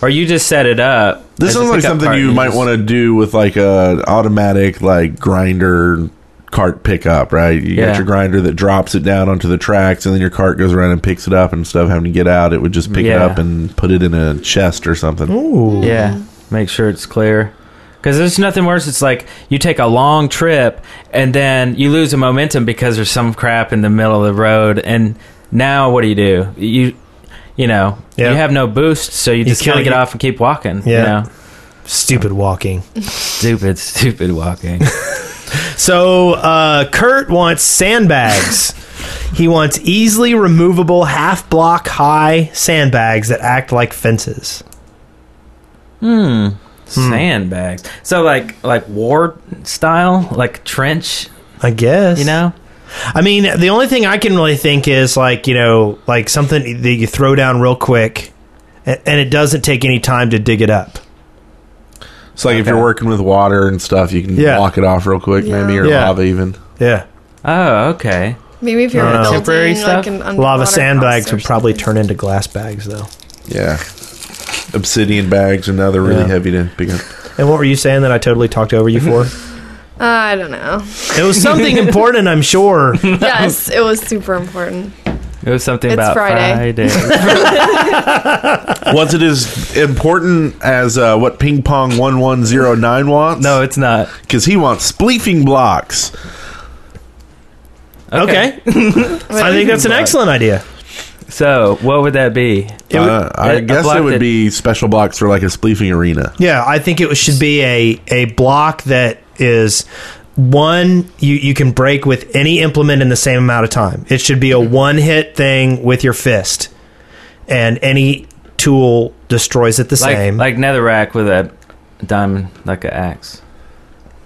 Speaker 2: Or you just set it up.
Speaker 4: this sounds like something you might want to do with like a automatic like grinder cart pickup, right? You
Speaker 2: Yeah.
Speaker 4: got your grinder that drops it down onto the tracks, and then your cart goes around and picks it up. And instead of having to get out, it would just pick it
Speaker 2: Yeah.
Speaker 4: up and put it in a chest or something.
Speaker 2: to. Yeah.
Speaker 5: Mm-hmm.
Speaker 2: Make sure it's clear. Because there's nothing worse. It's like you take a long trip and then you lose the momentum because there's some crap in the middle of the road. And now what do you do? You, you know,
Speaker 3: Yeah.
Speaker 2: you have no boost, so you just
Speaker 3: kinda
Speaker 2: kind of get
Speaker 3: get-
Speaker 2: off and keep walking.
Speaker 3: Yeah.
Speaker 2: You know?
Speaker 3: Stupid walking.
Speaker 2: Stupid, stupid walking.
Speaker 3: So uh, Kurt wants sandbags. he wants easily removable half block high sandbags that act like fences.
Speaker 2: Hmm, Sandbags. So like like war style, like trench,
Speaker 3: I guess.
Speaker 2: you know?
Speaker 3: I mean, the only thing I can really think is like, you know, like something that you throw down real quick and, and it doesn't take any time to dig it up.
Speaker 4: It's like if you're working with water and stuff, you can
Speaker 3: Yeah.
Speaker 4: block it off real quick,
Speaker 5: Yeah.
Speaker 4: maybe or
Speaker 3: Yeah.
Speaker 4: lava even.
Speaker 3: Yeah.
Speaker 2: Oh, okay.
Speaker 5: Maybe if you're
Speaker 3: Uh,
Speaker 5: building
Speaker 2: Temporary stuff?
Speaker 5: like an underwater
Speaker 3: Lava
Speaker 5: house
Speaker 3: sandbags
Speaker 5: or
Speaker 3: would probably
Speaker 5: something.
Speaker 3: turn into glass bags though.
Speaker 4: Yeah, obsidian bags are now they're really
Speaker 3: Yeah.
Speaker 4: heavy to pick up.
Speaker 3: And what were you saying that I totally talked over you for?
Speaker 5: Uh, I don't know.
Speaker 3: It was something important, I'm sure.
Speaker 5: Yes, it was super important.
Speaker 2: It was something
Speaker 5: It's
Speaker 2: about
Speaker 5: Friday.
Speaker 2: Friday.
Speaker 4: Was it as important as uh, what Ping Pong 1109 wants?
Speaker 2: no, it's not.
Speaker 4: Because he wants spleefing blocks.
Speaker 3: Okay. I think that's an excellent idea.
Speaker 2: So, what would that be?
Speaker 4: Uh, I
Speaker 2: a- a
Speaker 4: guess it
Speaker 2: block
Speaker 4: would
Speaker 2: that-
Speaker 4: be special blocks for like a spleefing arena.
Speaker 3: Yeah, I think it should be a a block that is one you you can break with any implement in the same amount of time. It should be a one hit thing with your fist, and any tool destroys it the
Speaker 2: Like
Speaker 3: same.
Speaker 2: like netherrack with a diamond, like an axe.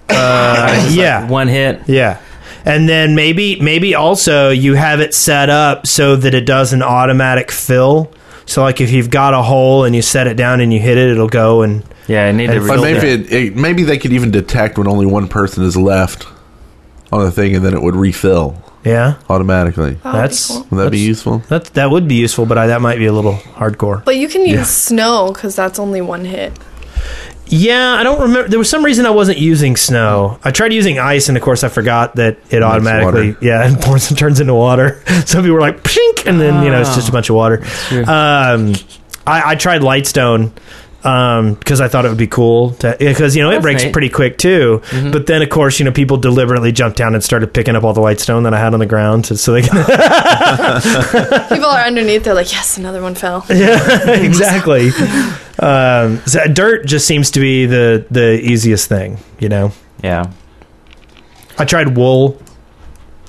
Speaker 3: Uh, yeah,
Speaker 2: One hit.
Speaker 3: yeah. And then maybe maybe also you have it set up so that it does an automatic fill. So like if you've got a hole and you set it down and you hit it, it'll go and
Speaker 2: Yeah, I need to.
Speaker 3: And
Speaker 2: re-
Speaker 4: But
Speaker 3: Build
Speaker 4: maybe it, it, maybe they could even detect when only one person is left on the thing, and then it would refill
Speaker 3: yeah.
Speaker 4: automatically.
Speaker 5: That would be
Speaker 3: That's
Speaker 5: cool.
Speaker 4: Would that be
Speaker 3: that's-
Speaker 4: useful?
Speaker 3: That that would be useful, but I, that might be a little hardcore.
Speaker 5: But you can use snow because that's only one hit.
Speaker 3: Yeah, I don't remember. There was some reason I wasn't using snow. I tried using ice, and of course, I forgot that it automatically
Speaker 4: water.
Speaker 3: yeah it pours and turns into water. Some people were like pink, and then you know it's just a bunch of water.
Speaker 2: true.
Speaker 3: Um, I, I tried lightstone um because i thought it would be cool to because you know it
Speaker 2: That's
Speaker 3: breaks
Speaker 2: neat. Mm-hmm.
Speaker 3: pretty quick too but then of course you know people deliberately jumped down and started picking up all the lightstone that i had on the ground so, so they
Speaker 5: People are underneath. They're like, yes, another one fell.
Speaker 3: yeah, exactly. um, so dirt just seems to be the the easiest thing, you know.
Speaker 2: yeah.
Speaker 3: I tried wool.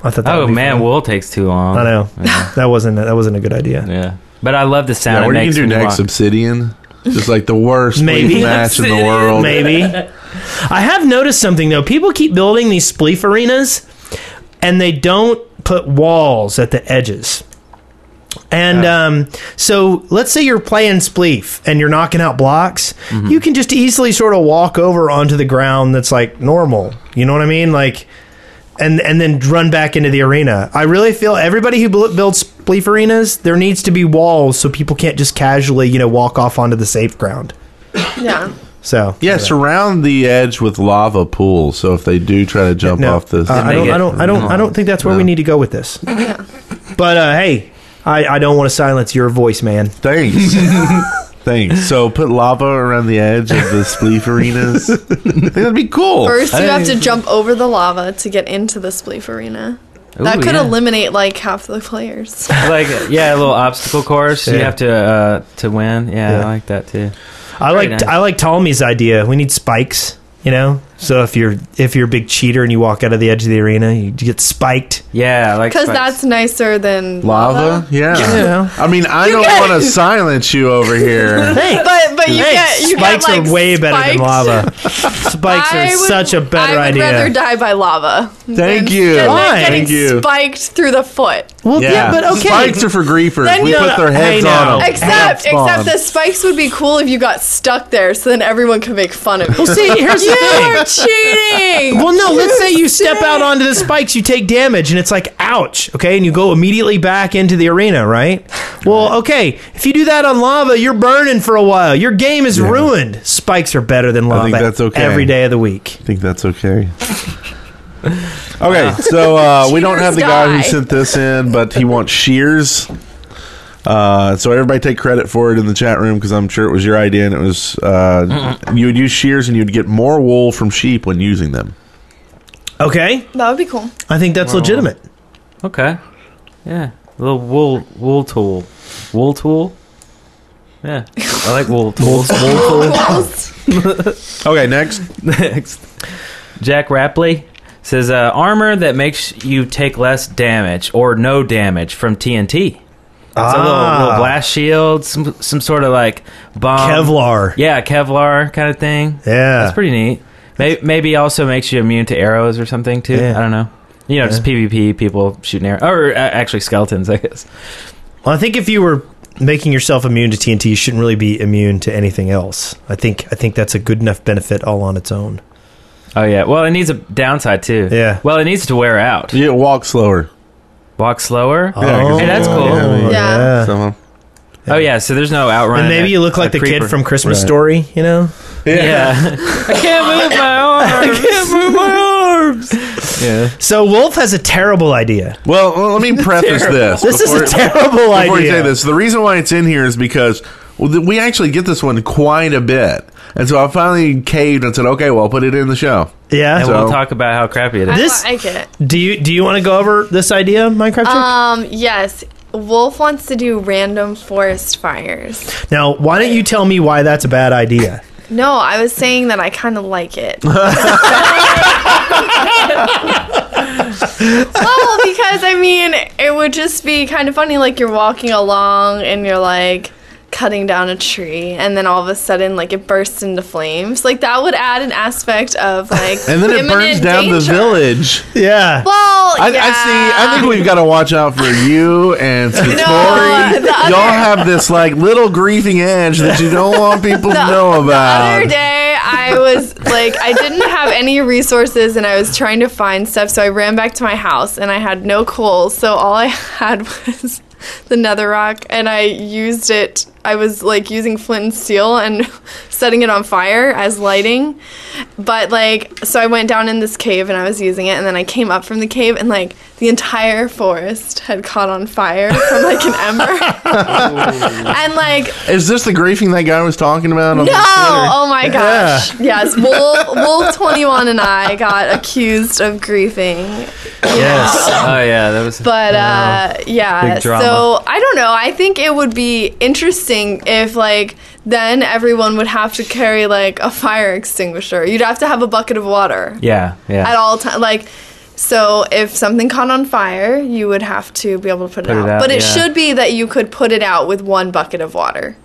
Speaker 3: I thought. That
Speaker 2: Oh
Speaker 3: would be
Speaker 2: man,
Speaker 3: fun.
Speaker 2: wool takes too long.
Speaker 3: I know
Speaker 2: Yeah.
Speaker 3: that wasn't that wasn't a good idea.
Speaker 2: Yeah. But I love the sound.
Speaker 4: Yeah,
Speaker 2: it
Speaker 4: what are you
Speaker 2: makes
Speaker 4: gonna do
Speaker 2: when you
Speaker 4: next?
Speaker 2: walk.
Speaker 4: Obsidian? Just like the worst
Speaker 3: Maybe.
Speaker 4: spleef match in the world.
Speaker 3: Maybe. I have noticed something though. People keep building these spleef arenas, and they don't put walls at the edges. And um, so, let's say you're playing spleef and you're knocking out blocks,
Speaker 4: Mm-hmm.
Speaker 3: you can just easily sort of walk over onto the ground that's like normal. You know what I mean? Like, and and then run back into the arena. I really feel everybody who bu- builds spleef arenas, there needs to be walls so people can't just casually, you know, walk off onto the safe ground.
Speaker 5: Yeah.
Speaker 3: So
Speaker 4: Yeah, surround the edge with lava pools. So if they do try to jump
Speaker 3: no,
Speaker 4: off this,
Speaker 3: uh, I
Speaker 2: they
Speaker 3: don't,
Speaker 2: get-
Speaker 3: I don't, I don't, I don't think that's where we need to go with this. But uh, hey, I, I don't want to silence your voice, man.
Speaker 4: thanks, thanks. So put lava around the edge of the spleef arenas. I think that'd be cool.
Speaker 5: First, you have to jump over the lava to get into the spleef arena. that
Speaker 2: Ooh,
Speaker 5: could
Speaker 2: yeah.
Speaker 5: eliminate like half the players.
Speaker 2: like yeah, a little obstacle course. You
Speaker 3: Yeah.
Speaker 2: have to uh, to win. Yeah,
Speaker 3: Yeah.
Speaker 2: I like that too.
Speaker 3: I like,
Speaker 2: nice.
Speaker 3: I like Ptolemy's idea. We need spikes, you know. So if you're if you're a big cheater and you walk out of the edge of the arena, you get spiked.
Speaker 2: Yeah, I like
Speaker 5: Because
Speaker 2: spikes.
Speaker 5: that's nicer than
Speaker 4: Lava? Yeah.
Speaker 3: You know?
Speaker 4: I mean, I don't
Speaker 5: get-
Speaker 4: want to silence you over here.
Speaker 3: Hey,
Speaker 5: But but you
Speaker 3: hey,
Speaker 5: get you
Speaker 3: spikes
Speaker 5: get, like,
Speaker 3: are way better than
Speaker 5: spiked.
Speaker 3: lava. spikes are
Speaker 5: I would-
Speaker 3: such a better
Speaker 5: I would
Speaker 3: idea.
Speaker 5: rather die by lava. than-
Speaker 4: you.
Speaker 5: than
Speaker 3: Why?
Speaker 5: Getting
Speaker 4: Thank you.
Speaker 5: Spiked through the foot.
Speaker 3: well, yeah. but okay.
Speaker 4: Spikes are for griefers.
Speaker 5: Then
Speaker 4: we
Speaker 5: you-
Speaker 4: put their
Speaker 3: Hey,
Speaker 4: heads
Speaker 3: now.
Speaker 4: on them.
Speaker 5: Except
Speaker 4: Spawn.
Speaker 5: except the spikes would be cool if you got stuck there, so then everyone could make fun of you.
Speaker 3: See, here's
Speaker 5: you
Speaker 3: the thing.
Speaker 5: are cheating.
Speaker 3: Well, no, let's say you step out onto the spikes, you take damage, and it's like, ouch, okay? And you go immediately back into the arena, right? Well, okay, if you do that on lava, you're burning for a while. Your game is ruined. Spikes are better than lava
Speaker 4: think that's okay.
Speaker 3: every day of the week.
Speaker 4: I think that's okay. Okay, so uh, we don't have the guy who
Speaker 5: Cheaters die.
Speaker 4: sent this in, but he wants shears. Uh, so everybody take credit for it in the chat room because I'm sure it was your idea, and it was uh, you would use shears and you'd get more wool from sheep when using them.
Speaker 3: Okay?
Speaker 5: That would be cool.
Speaker 3: I think that's legitimate.
Speaker 2: okay. Yeah, a little wool wool tool, wool tool. Yeah, I like wool tools. wool tool.
Speaker 4: Okay, next.
Speaker 2: Next. Jack Rapley says uh, armor that makes you take less damage or no damage from TNT. It's a little,
Speaker 3: Ah.
Speaker 2: little blast shield, some some sort of like bomb.
Speaker 3: Kevlar.
Speaker 2: Yeah, Kevlar kind of thing.
Speaker 3: Yeah.
Speaker 2: That's pretty neat. Maybe, maybe also makes you immune to arrows or something too.
Speaker 3: Yeah.
Speaker 2: I don't know. You know, just PvP people shooting arrows or uh, actually skeletons, I guess.
Speaker 3: Well, I think if you were making yourself immune to TNT, you shouldn't really be immune to anything else. I think I think that's a good enough benefit all on its own.
Speaker 2: Oh yeah. Well, it needs a downside too.
Speaker 3: Yeah.
Speaker 2: Well, it needs to wear out.
Speaker 4: You walk slower.
Speaker 2: Walk slower.
Speaker 3: Oh,
Speaker 4: Yeah, 'cause
Speaker 2: Hey, that's cool.
Speaker 4: I mean,
Speaker 5: Yeah.
Speaker 4: some of 'em.
Speaker 2: Oh yeah. So there's no outrun.
Speaker 3: And maybe you look like the kid from Christmas
Speaker 4: Right.
Speaker 3: Story, you know?
Speaker 2: Yeah. I can't move my arm. I can't move my
Speaker 3: worms.
Speaker 2: Yeah.
Speaker 3: So Wolf has a terrible idea.
Speaker 4: Well, well, let me preface this.
Speaker 3: This
Speaker 4: before-
Speaker 3: is a terrible
Speaker 4: Before you say
Speaker 3: idea.
Speaker 4: this, the reason why it's in here is because well, th- we actually get this one quite a bit, and so I finally caved and said, "Okay, well, I'll put it in the show."
Speaker 3: Yeah.
Speaker 2: And
Speaker 4: So-
Speaker 2: we'll talk about how crappy it is.
Speaker 5: I
Speaker 3: This-
Speaker 5: like it.
Speaker 3: do you do you want to go over this idea, Minecraft? Chick?
Speaker 5: Um, yes. Wolf wants to do random forest fires.
Speaker 3: now, why don't you tell me why that's a bad idea?
Speaker 5: No, I was saying that I kind of like it. well, because I mean, it would just be kind of funny. Like you're walking along and you're like cutting down a tree, and then all of a sudden, like it bursts into flames. Like that would add an aspect of like
Speaker 4: And then it burns
Speaker 5: imminent
Speaker 4: down the
Speaker 5: danger.
Speaker 4: village.
Speaker 3: Yeah.
Speaker 5: Well,
Speaker 4: I,
Speaker 5: yeah.
Speaker 4: I see. I think we've got to watch out for you and Satori.
Speaker 5: the other-
Speaker 4: Y'all have this like little grieving edge that you don't want people to know
Speaker 5: other
Speaker 4: about.
Speaker 5: day I was like I didn't have any resources and I was trying to find stuff so I ran back to my house and I had no coal so all I had was the nether rock and I used it I was like using flint and steel and setting it on fire as lighting but like so I went down in this cave and I was using it and then I came up from the cave and like the entire forest had caught on fire from like an ember and like
Speaker 4: Is this the grieving that guy was talking about? On
Speaker 5: no!
Speaker 4: Twitter?
Speaker 5: Oh my gosh! Yes, Wolf Wolf Twenty One and I got accused of griefing,
Speaker 3: Yes.
Speaker 2: Oh yeah, that was.
Speaker 5: but uh, yeah.
Speaker 2: Big drama.
Speaker 5: So I don't know. I think it would be interesting if like then everyone would have to carry like a fire extinguisher. You'd have to have a bucket of water
Speaker 2: yeah, yeah.
Speaker 5: at all times. Like. So if something caught on fire, you would have to be able to put, it, out. But it
Speaker 2: yeah.
Speaker 5: should be that you could put it out with one bucket of water.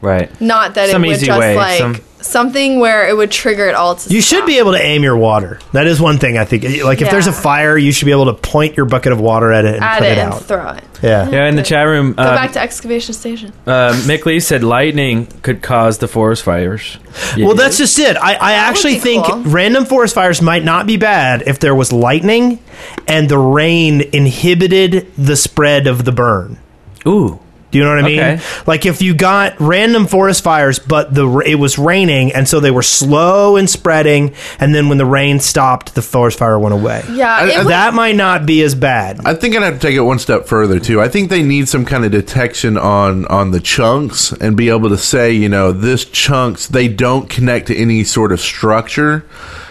Speaker 2: Right.
Speaker 5: Not that
Speaker 2: Some
Speaker 5: it would
Speaker 2: easy
Speaker 5: just
Speaker 2: way,
Speaker 5: like
Speaker 2: some-
Speaker 5: something where it would trigger it all to
Speaker 3: You should be able to aim your water. That is one thing I think. Like if
Speaker 5: Yeah.
Speaker 3: there's a fire, you should be able to point your bucket of water at it and
Speaker 5: at
Speaker 3: put
Speaker 5: it,
Speaker 3: it
Speaker 5: and
Speaker 3: out.
Speaker 5: throw it.
Speaker 3: Yeah.
Speaker 2: Yeah, in the chat room,
Speaker 5: Go
Speaker 2: uh,
Speaker 5: back to excavation station.
Speaker 2: uh, Mick Lee said lightning could cause the forest fires.
Speaker 3: Well, that's just it. I, I
Speaker 5: would
Speaker 3: actually
Speaker 5: be
Speaker 3: think
Speaker 5: cool.
Speaker 3: random forest fires might not be bad if there was lightning and the rain inhibited the spread of the burn.
Speaker 2: ooh.
Speaker 3: Do you know what I mean?
Speaker 2: Okay.
Speaker 3: Like if you got random forest fires, but the r- it was raining, and so they were slow in spreading, and then when the rain stopped, the forest fire went away.
Speaker 5: Yeah,
Speaker 4: I-
Speaker 5: it
Speaker 4: I-
Speaker 5: would,
Speaker 3: That might not be as bad.
Speaker 4: I think I'd have to take it one step further too. I think they need some kind of detection on on the chunks and be able to say, you know, this chunks they don't connect to any sort of structure.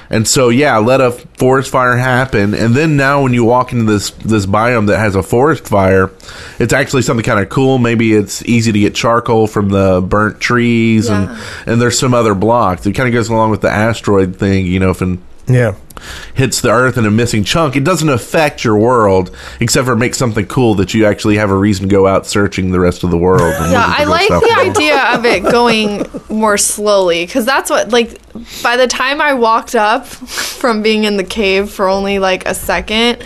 Speaker 4: And so yeah, let a forest fire happen and then now when you walk into this this biome that has a forest fire, it's actually something kind of cool. Maybe it's easy to get charcoal from the burnt trees
Speaker 5: Yeah.
Speaker 4: and and there's some other blocks. It kind of goes along with the asteroid thing, you know, if an
Speaker 3: Yeah.
Speaker 4: hits the earth in a missing chunk, it doesn't affect your world except for it makes something cool that you actually have a reason to go out searching the rest of the world. and
Speaker 5: yeah,
Speaker 4: looking
Speaker 5: I
Speaker 4: for
Speaker 5: like
Speaker 4: stuff.
Speaker 5: the idea of it going more slowly because that's what like. By the time I walked up from being in the cave for only like a second,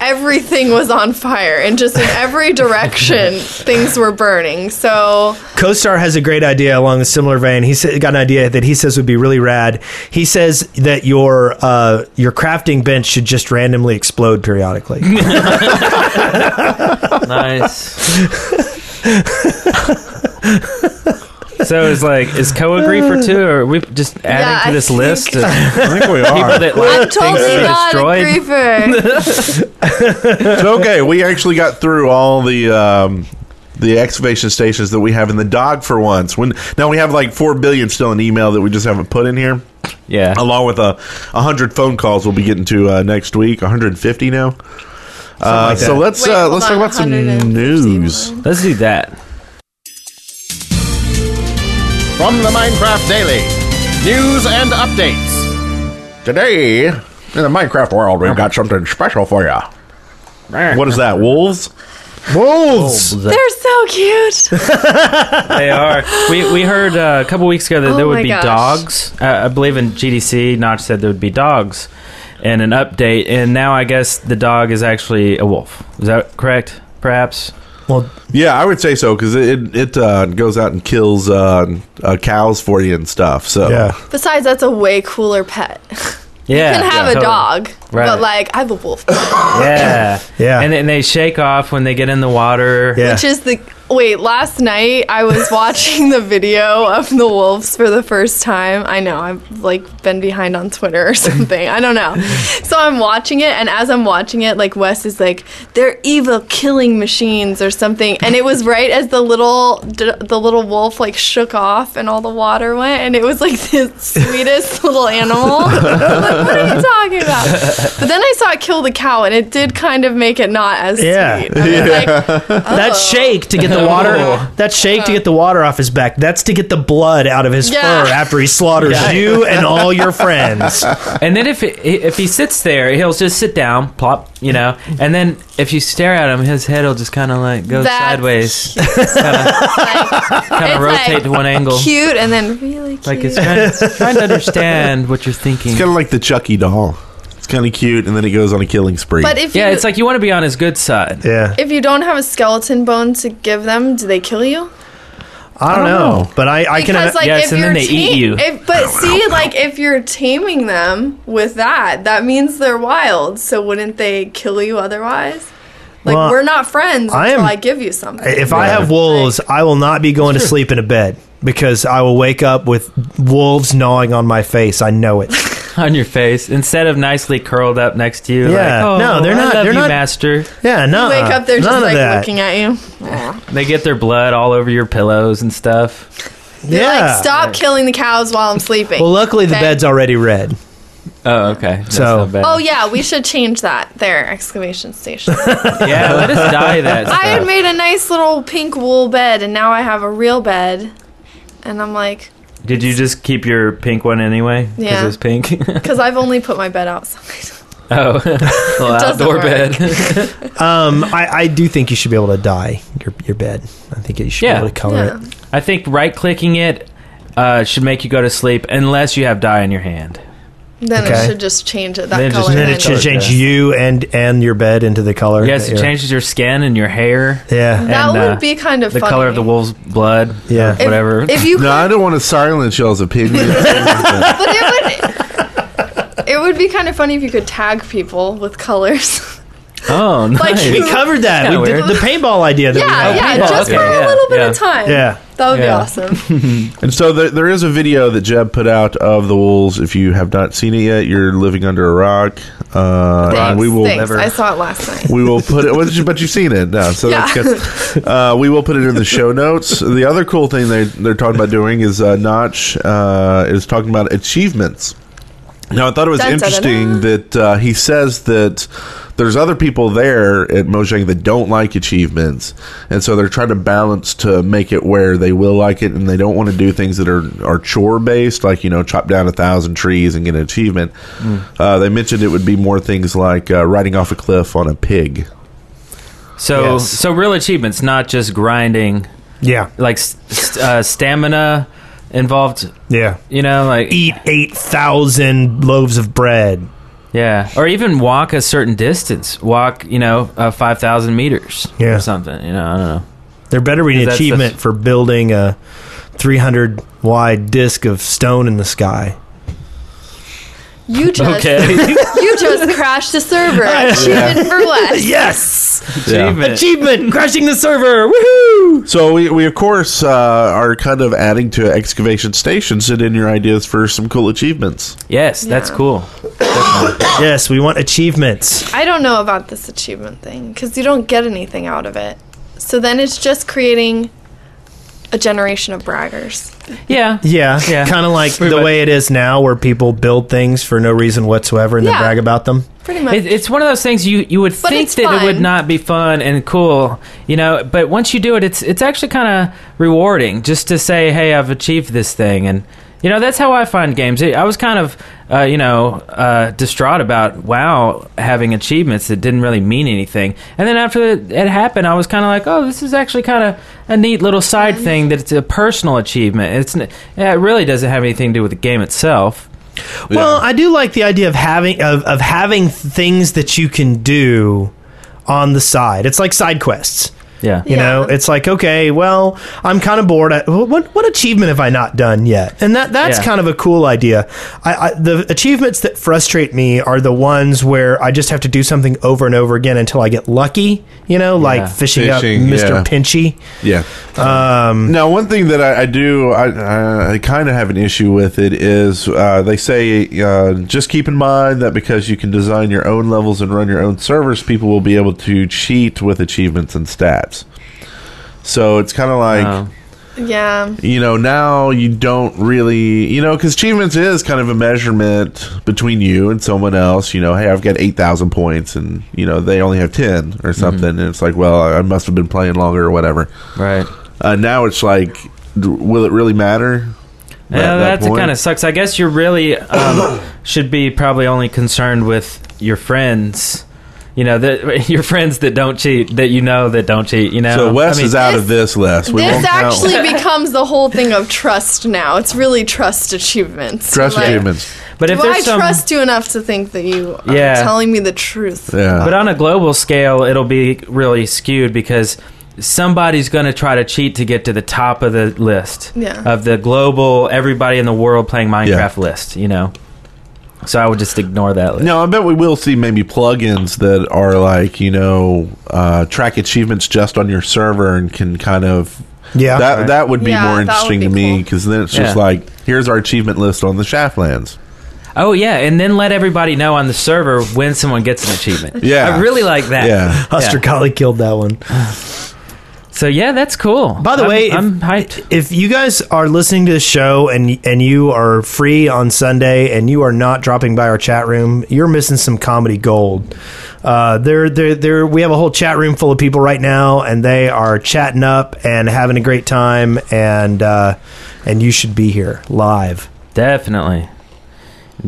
Speaker 5: everything was on fire and just in every direction things were burning. So
Speaker 3: CoStar has a great idea along a similar vein. He sa- got an idea that he says would be really rad. He says that your uh, your crafting bench should just randomly explode periodically.
Speaker 2: Nice. so it's like, is Ko agree for two, or are we just adding
Speaker 5: Yeah,
Speaker 2: to
Speaker 5: I
Speaker 2: this
Speaker 5: think-
Speaker 2: list? Of
Speaker 4: I think we
Speaker 2: people
Speaker 4: are.
Speaker 2: that
Speaker 5: I'm
Speaker 2: like things that
Speaker 5: totally not a
Speaker 2: are destroyed.
Speaker 5: griefer.
Speaker 4: It's okay, we actually got through all the. Um, the excavation stations that we have in the dog for once. When now we have like four billion still in email that we just haven't put in here,
Speaker 2: Yeah.
Speaker 4: along with a hundred phone calls we'll be getting to uh, next week. 150 now. Uh,
Speaker 3: like
Speaker 4: so
Speaker 3: that.
Speaker 4: let's
Speaker 5: Wait,
Speaker 4: uh,
Speaker 5: hold
Speaker 4: let's
Speaker 5: on,
Speaker 4: talk about some
Speaker 5: 151.
Speaker 4: news.
Speaker 2: Let's do that.
Speaker 7: From the Minecraft Daily, news and updates.
Speaker 4: Today, in the Minecraft world, we've got something special for you. What is that? Wolves?
Speaker 3: Wolves.
Speaker 5: They're so cute.
Speaker 2: They are. We, we heard uh, a couple weeks ago that
Speaker 5: Oh
Speaker 2: there
Speaker 5: my
Speaker 2: would be
Speaker 5: gosh.
Speaker 2: dogs. Uh, I believe in GDC, Notch said there would be dogs and an update, and now I guess the dog is actually a wolf. Is that correct? Perhaps.
Speaker 3: Well,
Speaker 4: Yeah, I would say so because it it uh, goes out and kills uh, uh, cows for you and stuff. So
Speaker 3: yeah.
Speaker 5: Besides, that's a way cooler pet.
Speaker 2: Yeah.
Speaker 5: you can have
Speaker 2: yeah,
Speaker 5: a
Speaker 2: totally.
Speaker 5: dog,
Speaker 2: Right.
Speaker 5: but like I have a wolf, pet,
Speaker 2: Yeah.
Speaker 3: Yeah.
Speaker 2: And, and they shake off when they get in the water.
Speaker 3: Yeah.
Speaker 5: which is the Wait, last night I was watching the video of the wolves for the first time. I know I've like been behind on Twitter or something. I don't know. So I'm watching it, and as I'm watching it, like Wes is like, "They're evil killing machines" or something. And it was right as the little d- the little wolf like shook off, and all the water went, and it was like the sweetest little animal. I'm like, what are you talking about? But then I saw it kill the cow, and it did kind of make it not as
Speaker 3: Yeah.
Speaker 5: sweet. I was like, Oh.
Speaker 3: That shake to get the water. That shake to get the water off his back. That's to get the blood out of his
Speaker 5: Yeah.
Speaker 3: fur after he slaughters you and all your friends.
Speaker 2: And then if it, if he sits there, he'll just sit down, plop, you know. And then if you stare at him, his head will just kind of like go
Speaker 5: That's
Speaker 2: sideways,
Speaker 5: like,
Speaker 2: kind
Speaker 5: It's
Speaker 2: of
Speaker 5: like
Speaker 2: rotate to one angle.
Speaker 5: cute and then really cute.
Speaker 2: Like it's trying, it's trying to understand what you're thinking.
Speaker 4: It's kind of like the Chucky doll. It's kind of cute, and then it goes on a killing spree.
Speaker 5: but if
Speaker 2: Yeah,
Speaker 5: you,
Speaker 2: it's like you want to be on his good side.
Speaker 3: Yeah.
Speaker 5: if you don't have a skeleton bone to give them, do they kill you?
Speaker 3: I don't know, but I, I can.
Speaker 5: Because like
Speaker 2: yes,
Speaker 5: if
Speaker 2: and
Speaker 5: you're
Speaker 2: then they eat
Speaker 5: ta-
Speaker 2: you.
Speaker 5: If, but see, like if you're taming them with that, that means they're wild. So wouldn't they kill you otherwise? Like
Speaker 3: Well,
Speaker 5: we're not friends
Speaker 3: I
Speaker 5: until
Speaker 3: am-
Speaker 5: I give you something.
Speaker 3: If I have wolves, I will not be going to sleep in a bed because I will wake up with wolves gnawing on my face. I know it.
Speaker 2: on your face instead of nicely curled up next to you.
Speaker 3: Yeah.
Speaker 2: like, oh,
Speaker 3: No, they're
Speaker 2: I
Speaker 3: not-
Speaker 2: love
Speaker 3: they're
Speaker 2: you,
Speaker 3: not-
Speaker 2: master.
Speaker 3: Yeah, no.
Speaker 5: you wake up, they're
Speaker 3: uh, none
Speaker 5: just
Speaker 3: of
Speaker 5: like
Speaker 3: that.
Speaker 5: looking at you. Yeah.
Speaker 2: They get their blood all over your pillows and stuff.
Speaker 3: yeah.
Speaker 5: Like stop killing the cows while I'm sleeping.
Speaker 3: Well, luckily the
Speaker 5: Okay.
Speaker 3: bed's already red.
Speaker 2: Oh, okay. That's
Speaker 3: So-
Speaker 2: not bad.
Speaker 5: Oh yeah, we should change that. There, exclamation station.
Speaker 2: yeah, let us dye that.
Speaker 5: I
Speaker 2: stuff.
Speaker 5: had made a nice little pink wool bed, and now I have a real bed. And I'm like,
Speaker 9: Did you just keep your pink one anyway? 'Cause
Speaker 5: Yeah.
Speaker 9: it was pink.
Speaker 5: because I've only put my bed outside.
Speaker 2: oh, little
Speaker 5: doesn't
Speaker 2: outdoor
Speaker 5: work.
Speaker 2: bed.
Speaker 3: Um, I, I do think you should be able to dye your your bed. I think you should
Speaker 2: Yeah.
Speaker 3: be able to color
Speaker 5: Yeah.
Speaker 3: it.
Speaker 2: I think right clicking it uh, should make you go to sleep unless you have dye in your hand.
Speaker 5: Then
Speaker 3: Okay.
Speaker 5: it should just change it that
Speaker 2: Then it just-
Speaker 5: color.
Speaker 3: And
Speaker 5: Then
Speaker 3: then it should
Speaker 2: color,
Speaker 3: change
Speaker 2: yeah.
Speaker 3: you and and your bed into the color.
Speaker 2: Yes,
Speaker 3: that
Speaker 2: it
Speaker 3: you're-
Speaker 2: changes your skin and your hair,
Speaker 3: Yeah,
Speaker 5: that
Speaker 2: and,
Speaker 5: would
Speaker 2: uh,
Speaker 5: be kind of
Speaker 2: the
Speaker 5: funny.
Speaker 2: color of the wolf's blood.
Speaker 3: yeah.
Speaker 5: If-
Speaker 2: whatever.
Speaker 5: If, you,
Speaker 4: no, I don't want to silence y'all's opinion.
Speaker 5: but it would. It would be kind of funny if you could tag people with colors.
Speaker 2: Oh, nice.
Speaker 5: Like-
Speaker 3: we covered that.
Speaker 2: kinda
Speaker 3: We did
Speaker 2: weird.
Speaker 3: the paintball idea. That
Speaker 5: Mm-hmm. yeah,
Speaker 3: we had.
Speaker 5: yeah,
Speaker 2: people,
Speaker 5: just
Speaker 2: okay.
Speaker 5: for
Speaker 2: Yeah,
Speaker 5: a little bit
Speaker 2: yeah.
Speaker 5: of time.
Speaker 3: Yeah.
Speaker 5: that would be
Speaker 2: Yeah.
Speaker 5: awesome.
Speaker 4: and so there, there is a video that Jeb put out of the wolves. If you have not seen it yet, you're living under a rock. Uh,
Speaker 5: Thanks,
Speaker 4: and we will
Speaker 5: thanks.
Speaker 4: never.
Speaker 5: I saw it last night.
Speaker 4: we will put it, well, you- but you've seen it now, so
Speaker 5: Yeah.
Speaker 4: that's good. Uh, we will put it in the show notes. The other cool thing they they're talking about doing is uh, Notch uh, is talking about achievements. Now I thought it was
Speaker 5: Dun, dun, dun,
Speaker 4: interesting
Speaker 5: dun.
Speaker 4: that uh, he says that there's other people there at Mojang that don't like achievements, and so they're trying to balance to make it where they will like it, and they don't want to do things that are are chore based, like you know chop down a thousand trees and get an achievement. Uh, they mentioned it would be more things like uh, riding off a cliff on a pig.
Speaker 2: so,
Speaker 3: Yes.
Speaker 2: so real achievements, not just grinding.
Speaker 3: yeah,
Speaker 2: Like s- s- uh, stamina involved.
Speaker 3: yeah.
Speaker 2: You know, like
Speaker 3: Eat eight thousand loaves of bread.
Speaker 2: Yeah, or even walk a certain distance. Walk, you know, uh, five thousand meters
Speaker 3: Yeah.
Speaker 2: or something. You know, I don't know.
Speaker 3: There better be an
Speaker 2: That's the-
Speaker 3: achievement for building a three hundred wide disc of stone in the sky.
Speaker 5: You just you just crashed the server. Achievement for less.
Speaker 3: Yes,
Speaker 4: Yeah.
Speaker 3: achievement crashing the server. Woohoo!
Speaker 4: So we, we of course uh, are kind of adding to excavation station. Send in your ideas for some cool achievements.
Speaker 2: Yes, that's
Speaker 5: Yeah.
Speaker 2: cool.
Speaker 3: Yes, we want achievements.
Speaker 5: I don't know about this achievement thing because you don't get anything out of it. So then it's just creating a generation of braggers.
Speaker 2: Yeah,
Speaker 3: Yeah,
Speaker 2: Yeah.
Speaker 3: kind of like
Speaker 2: Pretty
Speaker 3: the
Speaker 2: much.
Speaker 3: way it is now, where people build things for no reason whatsoever and
Speaker 5: Yeah.
Speaker 3: then brag about them.
Speaker 5: Pretty much.
Speaker 2: it, it's one of those things you you would
Speaker 5: But
Speaker 2: think
Speaker 5: it's
Speaker 2: that it would
Speaker 5: fun.
Speaker 2: not be fun and cool, you know. But once you do it, it's it's actually kind of rewarding just to say, hey, I've achieved this thing, and you know that's how I find games. I I was kind of uh, you know uh, distraught about WoW having achievements that didn't really mean anything, and then after it it happened, I was kind of like, oh, this is actually kind of a neat little side thing that it's a personal achievement. It's n- it really doesn't have anything to do with the game itself.
Speaker 3: Well, I do like the idea of having of, of having things that you can do on the side. It's like side quests.
Speaker 2: Yeah.
Speaker 3: You know, it's like okay, well, I'm kind of bored. I, what what achievement have I not done yet? And that that's
Speaker 2: Yeah.
Speaker 3: kind of a cool idea. I, I the achievements that frustrate me are the ones where I just have to do something over and over again until I get lucky. You know,
Speaker 2: Yeah.
Speaker 3: like fishing,
Speaker 4: Fishing,
Speaker 3: up Mr.
Speaker 4: yeah.
Speaker 3: Pinchy.
Speaker 4: Yeah. Um, now, one thing that I, I do, I, I kind of have an issue with it is uh, they say uh, just keep in mind that because you can design your own levels and run your own servers, people will be able to cheat with achievements and stats. So it's kind of like
Speaker 2: Oh.
Speaker 5: Yeah.
Speaker 4: you know now you don't really you know because achievements is kind of a measurement between you and someone else you know hey i've got 8000 points and you know they only have 10 or something and it's like well i must have been playing longer or whatever
Speaker 2: Right.
Speaker 4: uh, now it's like, d- will it really matter? at
Speaker 2: Yeah,
Speaker 4: that
Speaker 2: that,
Speaker 4: point?
Speaker 2: kind of sucks. I guess you really um, should be probably only concerned with your friends. You know, that your friends that don't cheat, that you know that don't cheat. You know,
Speaker 4: So
Speaker 2: I
Speaker 4: Wes
Speaker 2: mean,
Speaker 4: is out
Speaker 5: This-
Speaker 4: of this list. We
Speaker 5: this
Speaker 4: won't count
Speaker 5: actually becomes the whole thing of trust now. It's really trust achievements.
Speaker 4: Trust
Speaker 5: Like,
Speaker 4: achievements.
Speaker 2: But if
Speaker 5: do I
Speaker 2: there's some,
Speaker 5: trust you enough to think that you are
Speaker 2: Yeah.
Speaker 5: telling me the truth?
Speaker 4: Yeah.
Speaker 2: but on a global scale, it'll be really skewed because somebody's going to try to cheat to get to the top of the list
Speaker 5: Yeah.
Speaker 2: of the global everybody in the world playing Minecraft list. You know, so I would just ignore that. List.
Speaker 4: no, I bet we will see maybe plugins that are like you know uh, track achievements just on your server and can kind of
Speaker 3: Yeah.
Speaker 4: that that would be
Speaker 5: Yeah,
Speaker 4: more
Speaker 5: that would
Speaker 4: interesting
Speaker 5: be
Speaker 4: to me
Speaker 5: cool.
Speaker 4: because then it's just
Speaker 2: Yeah.
Speaker 4: like here's our achievement list on the Shaftlands.
Speaker 2: Oh yeah, and then let everybody know on the server when someone gets an achievement.
Speaker 4: Yeah.
Speaker 2: I really like that.
Speaker 4: Yeah,
Speaker 3: Huster Collie killed that one.
Speaker 2: So yeah, that's cool.
Speaker 3: By the
Speaker 2: I'm-
Speaker 3: way, if-
Speaker 2: I'm hyped.
Speaker 3: If you guys are listening to the show and and you are free on Sunday and you are not dropping by our chat room, you're missing some comedy gold. Uh, there, there, there. We have a whole chat room full of people right now, and they are chatting up and having a great time. And uh, and you should be here live.
Speaker 2: Definitely,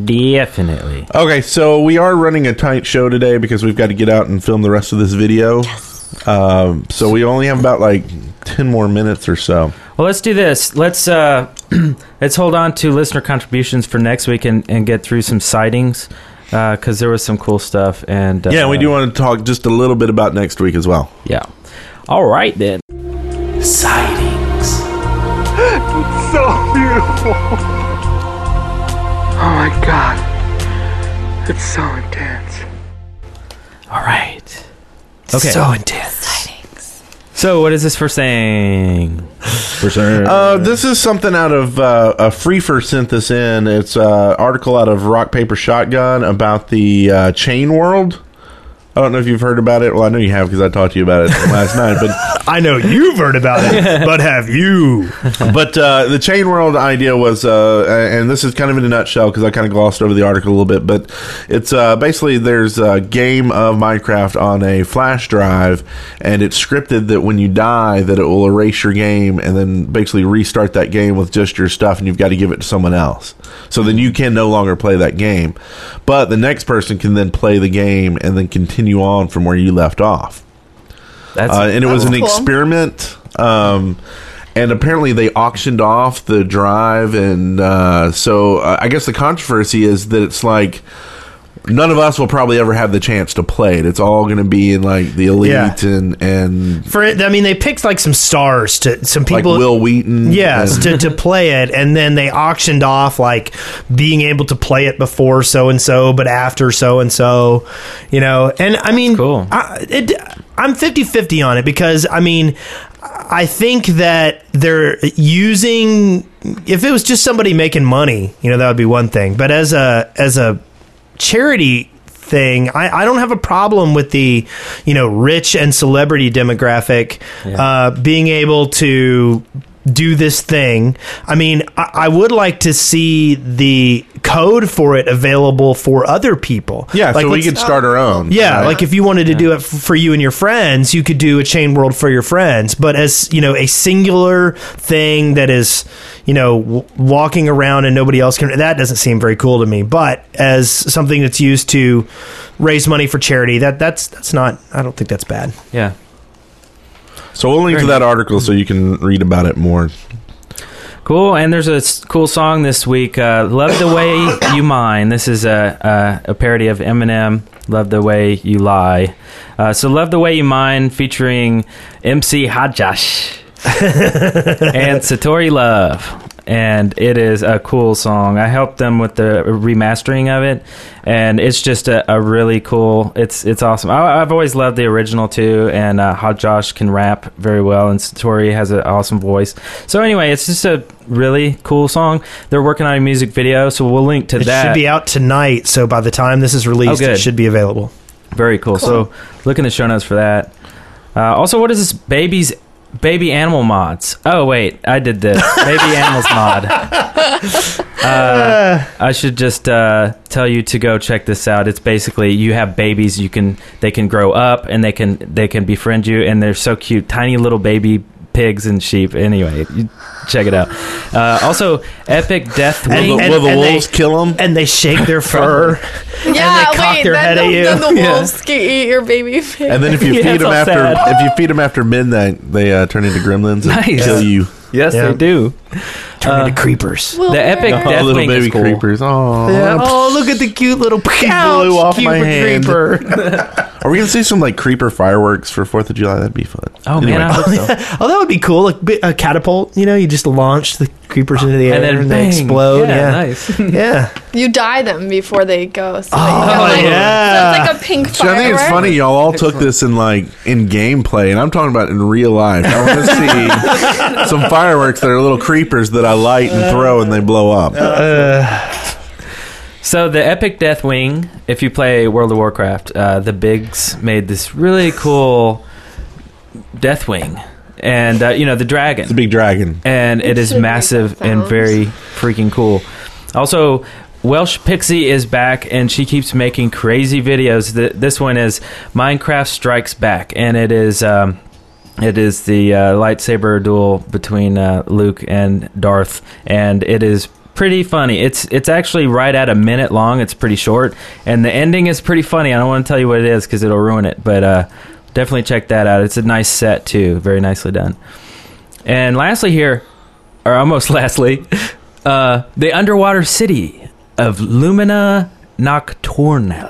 Speaker 2: definitely.
Speaker 4: Okay, so we are running a tight show today because we've got to get out and film the rest of this video. Um, so we only have about like ten more minutes or so.
Speaker 2: Well, let's do this. Let's uh, let's hold on to listener contributions for next week and, and get through some sightings because there was some cool stuff. And uh,
Speaker 4: Yeah, we do want to talk just a little bit about next week as well.
Speaker 2: Yeah. All right then.
Speaker 6: Sightings.
Speaker 10: Oh my god. It's so intense.
Speaker 2: All right. Okay. So intense. So what is this first thing?
Speaker 4: Uh, this is something out of uh, a Freefer sent this in. It's an article out of Rock Paper Shotgun about the uh, Chain World. I don't know if you've heard about it. Well, I know you have because I talked to you about it last night. But
Speaker 3: I know you've heard about it, but have you?
Speaker 4: but uh, the chain world idea was, uh, and this is kind of in a nutshell because I kind of glossed over the article a little bit, but it's uh, basically there's a game of Minecraft on a flash drive, and it's scripted that when you die, that it will erase your game and then basically restart that game with just your stuff, and you've got to give it to someone else. So then you can no longer play that game, but the next person can then play the game and then continue on from where you left off
Speaker 2: That's
Speaker 4: uh, and it was an
Speaker 5: That's cool.
Speaker 4: experiment. Um, and apparently they auctioned off the drive, and uh, so uh, I guess the controversy is that it's like none of us will probably ever have the chance to play it. It's all going to be in like the elite
Speaker 3: Yeah.
Speaker 4: and and
Speaker 3: For it, I mean, they picked like some stars to some
Speaker 4: like
Speaker 3: people.
Speaker 4: Will Wheaton.
Speaker 3: Yes,
Speaker 4: and-
Speaker 3: to, to play it, and then they auctioned off like being able to play it before so and so, but after so and so, you know. And I mean,
Speaker 2: cool.
Speaker 3: I, it, I'm 50 50 on it because I mean, I think that they're using. If it was just somebody making money, you know, that would be one thing. But as a as a charity thing I, I don't have a problem with the you know rich and celebrity demographic uh, being able to do this thing i mean I, I would like to see the code for it available for other people
Speaker 4: yeah.
Speaker 3: like
Speaker 4: so we
Speaker 3: let's-
Speaker 4: could start our own.
Speaker 3: yeah,
Speaker 4: right?
Speaker 3: like if you wanted to do it f- for you and your friends, you could do a chain world for your friends. But as you know, a singular thing that is, you know, w- walking around and nobody else can. That doesn't seem very cool to me. But as something that's used to raise money for charity, that that's that's not. I don't think that's bad.
Speaker 2: yeah.
Speaker 4: so we'll link to that article so you can read about it more.
Speaker 2: Cool. And there's a s- cool song this week, uh, Love the Way You Mine. This is a, a, a parody of Eminem, Love the Way You Lie. Uh, so, Love the Way You Mine featuring MC Hajash and Satori Love. And it is a cool song. I helped them with the remastering of it, and it's just a, a really cool. It's it's awesome. I, I've always loved the original too, and uh, Hot Josh can rap very well, and Satori has an awesome voice. So anyway, it's just a really cool song. They're working on a music video, so we'll link to
Speaker 3: It
Speaker 2: that.
Speaker 3: should be out tonight, so by the time this is released,
Speaker 2: Oh,
Speaker 3: it
Speaker 2: good.
Speaker 3: should be available.
Speaker 2: Very cool. So look in the show notes for that. Uh, also, what is this baby's baby animal mods? Oh wait, I did this baby animals mod. Uh, I should just uh, tell you to go check this out. It's basically you have babies. You can they can grow up and they can they can befriend you and they're so cute, tiny little baby pigs and sheep. Anyway, you check it out. Uh, also, epic death.
Speaker 3: And-
Speaker 4: Will the,
Speaker 2: Wing-
Speaker 4: will the
Speaker 3: and they-
Speaker 4: wolves kill him?
Speaker 3: And they shake their fur.
Speaker 5: yeah,
Speaker 3: cock
Speaker 5: wait.
Speaker 3: their head
Speaker 5: then,
Speaker 3: at
Speaker 5: the,
Speaker 3: you.
Speaker 5: then the
Speaker 3: Yeah.
Speaker 5: wolves can eat your baby pig.
Speaker 4: And then if you
Speaker 2: Yeah,
Speaker 4: feed
Speaker 2: it's
Speaker 4: them
Speaker 2: all
Speaker 4: after
Speaker 2: sad.
Speaker 4: if you feed them after midnight, they uh, turn into gremlins and
Speaker 2: Nice.
Speaker 4: kill you.
Speaker 2: yes,
Speaker 3: Yeah.
Speaker 2: they do.
Speaker 3: Turn into creepers.
Speaker 5: Will
Speaker 2: the
Speaker 5: there-
Speaker 2: epic
Speaker 4: Oh,
Speaker 2: death
Speaker 4: little
Speaker 2: wing is
Speaker 4: baby
Speaker 2: cool.
Speaker 4: creepers. Oh,
Speaker 3: Oh, look at the cute little couch.
Speaker 4: blew off
Speaker 3: cute
Speaker 4: my
Speaker 3: with
Speaker 4: hand.
Speaker 3: creeper.
Speaker 4: Are we gonna see some like creeper fireworks for Fourth of July? That'd be fun.
Speaker 2: Oh man, I hope so.
Speaker 3: Oh, that would be cool. Like bi- a catapult. You know, you just launch the creepers into the air
Speaker 2: and
Speaker 3: and,
Speaker 2: then
Speaker 3: they
Speaker 2: bang.
Speaker 3: explode. Yeah,
Speaker 2: Yeah, nice.
Speaker 3: yeah.
Speaker 5: You dye them before they go. So that you
Speaker 3: Oh,
Speaker 5: get, like,
Speaker 3: yeah.
Speaker 5: So it's like a pink
Speaker 4: See, I
Speaker 5: firework.
Speaker 4: think it's funny y'all all took this in like in gameplay, and I'm talking about in real life. I want to see some fireworks that are little creepers that I light and throw, and they blow up.
Speaker 2: So the epic death wing, if you play World of Warcraft, uh, the Bigs made this really cool death wing, and uh, you know the dragon,
Speaker 4: It's a big dragon.
Speaker 2: and it is
Speaker 5: Should make
Speaker 2: massive
Speaker 5: that
Speaker 2: and
Speaker 5: sound.
Speaker 2: very freaking cool. Also, Welsh Pixie is back, and she keeps making crazy videos. Th- This one is Minecraft Strikes Back, and it is um, it is the uh, lightsaber duel between uh, Luke and Darth, and it is pretty funny. It's it's actually right at a minute long. It's pretty short, and the ending is pretty funny. I don't want to tell you what it is because it'll ruin it, but uh, definitely check that out. It's a nice set too, very nicely done. And lastly, here, or almost lastly, uh, the underwater city of Lumina Nocturnal.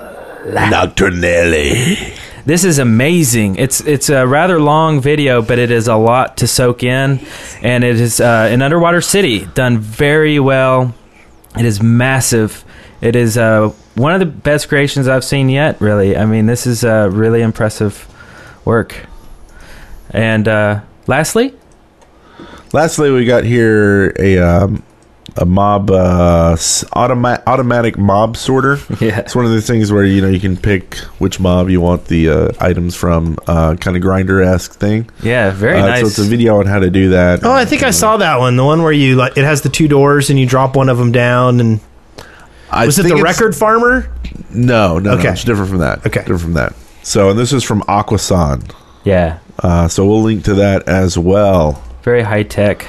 Speaker 4: Nocturnally.
Speaker 2: This is amazing. It's it's a rather long video, but it is a lot to soak in, and it is uh, an underwater city done very well. It is massive. It is uh, one of the best creations I've seen yet. Really, I mean, this is uh, really impressive work. And uh, lastly,
Speaker 4: Lastly, we got here a um, a mob uh, s- automa- automatic mob sorter.
Speaker 2: yeah,
Speaker 4: It's one of the things where you know you can pick which mob you want the uh, items from, uh, kind of grinder esque thing.
Speaker 2: yeah, very
Speaker 4: Uh,
Speaker 2: nice.
Speaker 4: So it's a video on how to do that.
Speaker 3: Oh, I think I saw that one. The one where you like it has the two doors and you drop one of them down. And
Speaker 4: I
Speaker 3: was it
Speaker 4: think
Speaker 3: the
Speaker 4: it's-
Speaker 3: record farmer?
Speaker 4: No, no,
Speaker 3: Okay.
Speaker 4: no. It's different from that.
Speaker 3: Okay.
Speaker 4: Different from that. So, and this is from Aquasan.
Speaker 2: yeah,
Speaker 4: Uh, so we'll link to that as well.
Speaker 2: very high tech.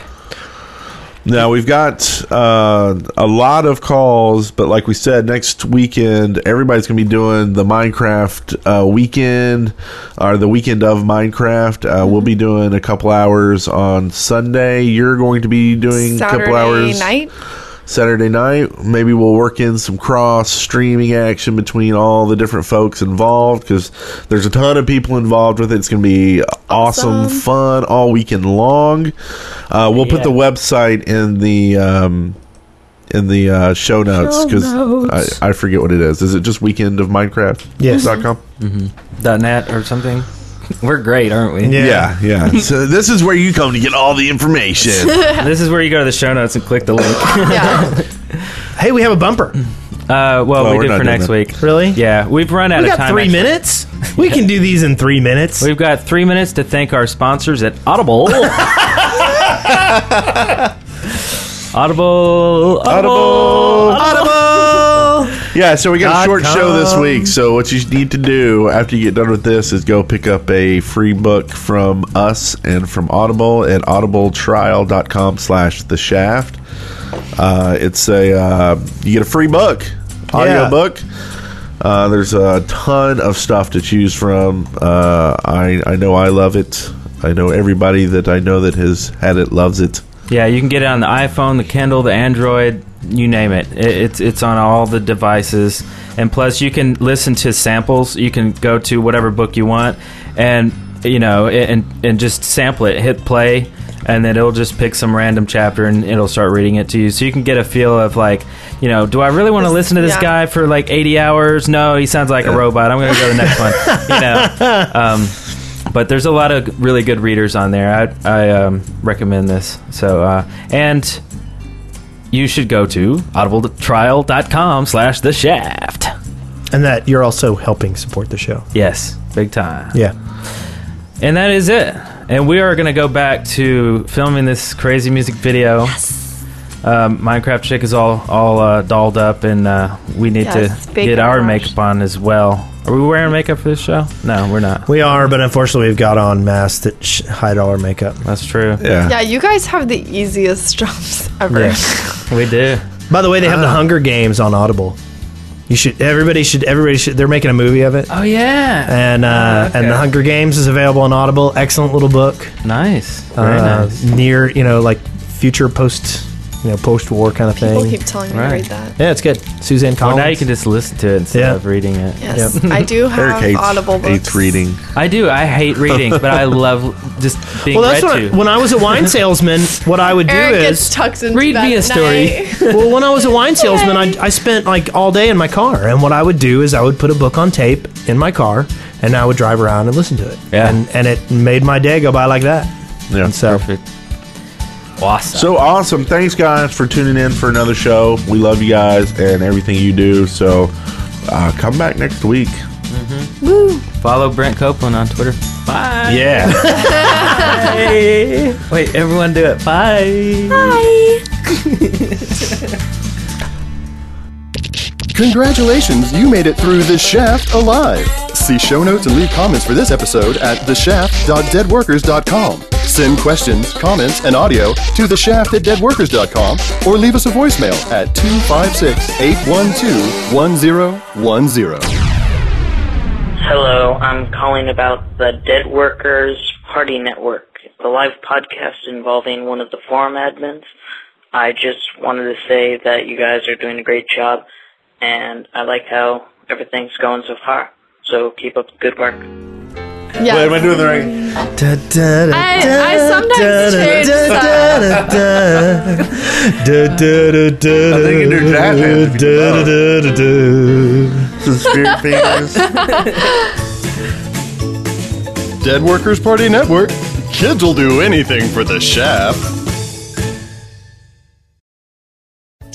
Speaker 4: Now we've got uh, a lot of calls, but like we said, next weekend everybody's going to be doing the Minecraft uh, weekend or the weekend of Minecraft. Uh, We'll be doing a couple hours on Sunday. You're going to be doing a
Speaker 5: Saturday
Speaker 4: couple hours
Speaker 5: night.
Speaker 4: Saturday night. Maybe we'll work in some cross streaming action between all the different folks involved because there's a ton of people involved with it. It's going to be awesome,
Speaker 5: Awesome.
Speaker 4: fun all weekend long. Uh, we'll put the website in the. Um, in the uh, show notes because I, I forget what it is. Is it just weekend of Minecraft?
Speaker 3: Yes.
Speaker 4: dot com?
Speaker 2: .net or something. We're great, aren't we?
Speaker 4: Yeah, yeah. so this is where you come to get all the information.
Speaker 2: This is where you go to the show notes and click the link.
Speaker 5: Yeah.
Speaker 3: Hey, we have a bumper.
Speaker 2: Uh, well,
Speaker 4: Well,
Speaker 2: we
Speaker 4: we're
Speaker 2: did
Speaker 4: not
Speaker 2: for
Speaker 4: doing
Speaker 2: next
Speaker 4: that.
Speaker 2: week.
Speaker 3: Really?
Speaker 2: Yeah, we've run out
Speaker 3: We
Speaker 2: of
Speaker 3: got
Speaker 2: time.
Speaker 3: three
Speaker 2: actually.
Speaker 3: minutes. We can do these in three minutes.
Speaker 2: We've got three minutes to thank our sponsors at Audible. Audible, Audible,
Speaker 4: Yeah, so we got a short
Speaker 3: Dot
Speaker 4: show this
Speaker 3: com.
Speaker 4: week. So what you need to do after you get done with this is go pick up a free book from us and from Audible at audibletrial.com slash the shaft. Uh, it's a uh, you get a free book, audio
Speaker 3: Yeah.
Speaker 4: book. Uh, there's a ton of stuff to choose from. Uh, I I know I love it. I know everybody that I know that has had it loves it.
Speaker 2: Yeah, you can get it on the iPhone, the Kindle, the Android, you name it. it it's it's on all the devices, and plus you can listen to samples. You can go to whatever book you want, and you know, and and just sample it. Hit play, and then it'll just pick some random chapter, and it'll start reading it to you. So you can get a feel of like, you know, do I really want to
Speaker 5: This-
Speaker 2: listen to this
Speaker 5: yeah.
Speaker 2: guy for like eighty hours? No, he sounds like a robot. I'm going to go to the next one. You know. Um, but there's a lot of really good readers on there. I, I um, recommend this. So uh, and you should go to audibletrial.com slash the shaft.
Speaker 3: and that you're also helping support the show.
Speaker 2: Yes, big time.
Speaker 3: Yeah.
Speaker 2: And that is it. And we are going to go back to filming this crazy music video. Um, Minecraft chick is all all uh, dolled up, and uh, we need
Speaker 5: Yes,
Speaker 2: to
Speaker 5: big
Speaker 2: get our
Speaker 5: gosh.
Speaker 2: makeup on as well. Are we wearing makeup for this show? No, we're not.
Speaker 3: We are, but unfortunately, we've got on masks that sh- hide all our makeup.
Speaker 2: That's true.
Speaker 4: Yeah.
Speaker 5: Yeah, you guys have the easiest jobs ever.
Speaker 2: We do.
Speaker 3: By the way, they have the Hunger Games on Audible. You should. Everybody should. Everybody should. They're making a movie of it,
Speaker 2: Oh yeah.
Speaker 3: and uh,
Speaker 2: Ah, okay.
Speaker 3: and the Hunger Games is available on Audible. Excellent little book.
Speaker 2: Nice. Very
Speaker 3: Uh,
Speaker 2: nice.
Speaker 3: Near you know like future post you know post war kind of
Speaker 5: People
Speaker 3: thing.
Speaker 5: keep telling me
Speaker 2: Right.
Speaker 5: to read that.
Speaker 3: yeah, it's good. Suzanne
Speaker 2: Well,
Speaker 3: Collins.
Speaker 2: Oh, now you can just listen to it instead
Speaker 3: Yeah.
Speaker 2: of reading it.
Speaker 5: Yes, I do have
Speaker 4: Eric hates,
Speaker 5: Audible books.
Speaker 4: hates reading.
Speaker 2: I do. I hate reading, but I love just being
Speaker 3: well, that's what
Speaker 2: read
Speaker 3: I,
Speaker 2: to.
Speaker 3: when I was a wine salesman, what I would do
Speaker 5: Eric
Speaker 3: is
Speaker 5: gets tucked into
Speaker 2: read
Speaker 5: that
Speaker 2: me a story.
Speaker 5: night.
Speaker 3: well, when I was a wine salesman, I, I spent like all day in my car. And what I would do is I would put a book on tape in my car and I would drive around and listen to it.
Speaker 2: Yeah.
Speaker 3: And, and it made my day go by like that.
Speaker 4: Yeah.
Speaker 3: And so,
Speaker 2: Perfect. Awesome.
Speaker 4: So awesome. Thanks, guys, for tuning in for another show. We love you guys and everything you do. So uh, come back next week.
Speaker 2: Follow Brent Copeland on Twitter. Bye.
Speaker 4: Yeah.
Speaker 2: Wait, everyone do it. Bye.
Speaker 7: Congratulations, you made it through The Shaft alive. See show notes and leave comments for this episode at theshaft.deadworkers.com. Send questions, comments, and audio to theshaft at deadworkers.com or leave us a voicemail at 256 812 1010.
Speaker 11: Hello, I'm calling about the Dead Workers Party Network, the live podcast involving one of the forum admins. I just wanted to say that you guys are doing a great job, and I like how everything's going so far. So keep up the good work.
Speaker 5: Yeah.
Speaker 4: Am I doing the right?
Speaker 5: I- I sometimes change
Speaker 4: I think you do that hand if you Spirit fingers.
Speaker 7: Dead Workers Party Network. Kids will do anything for The Shaft.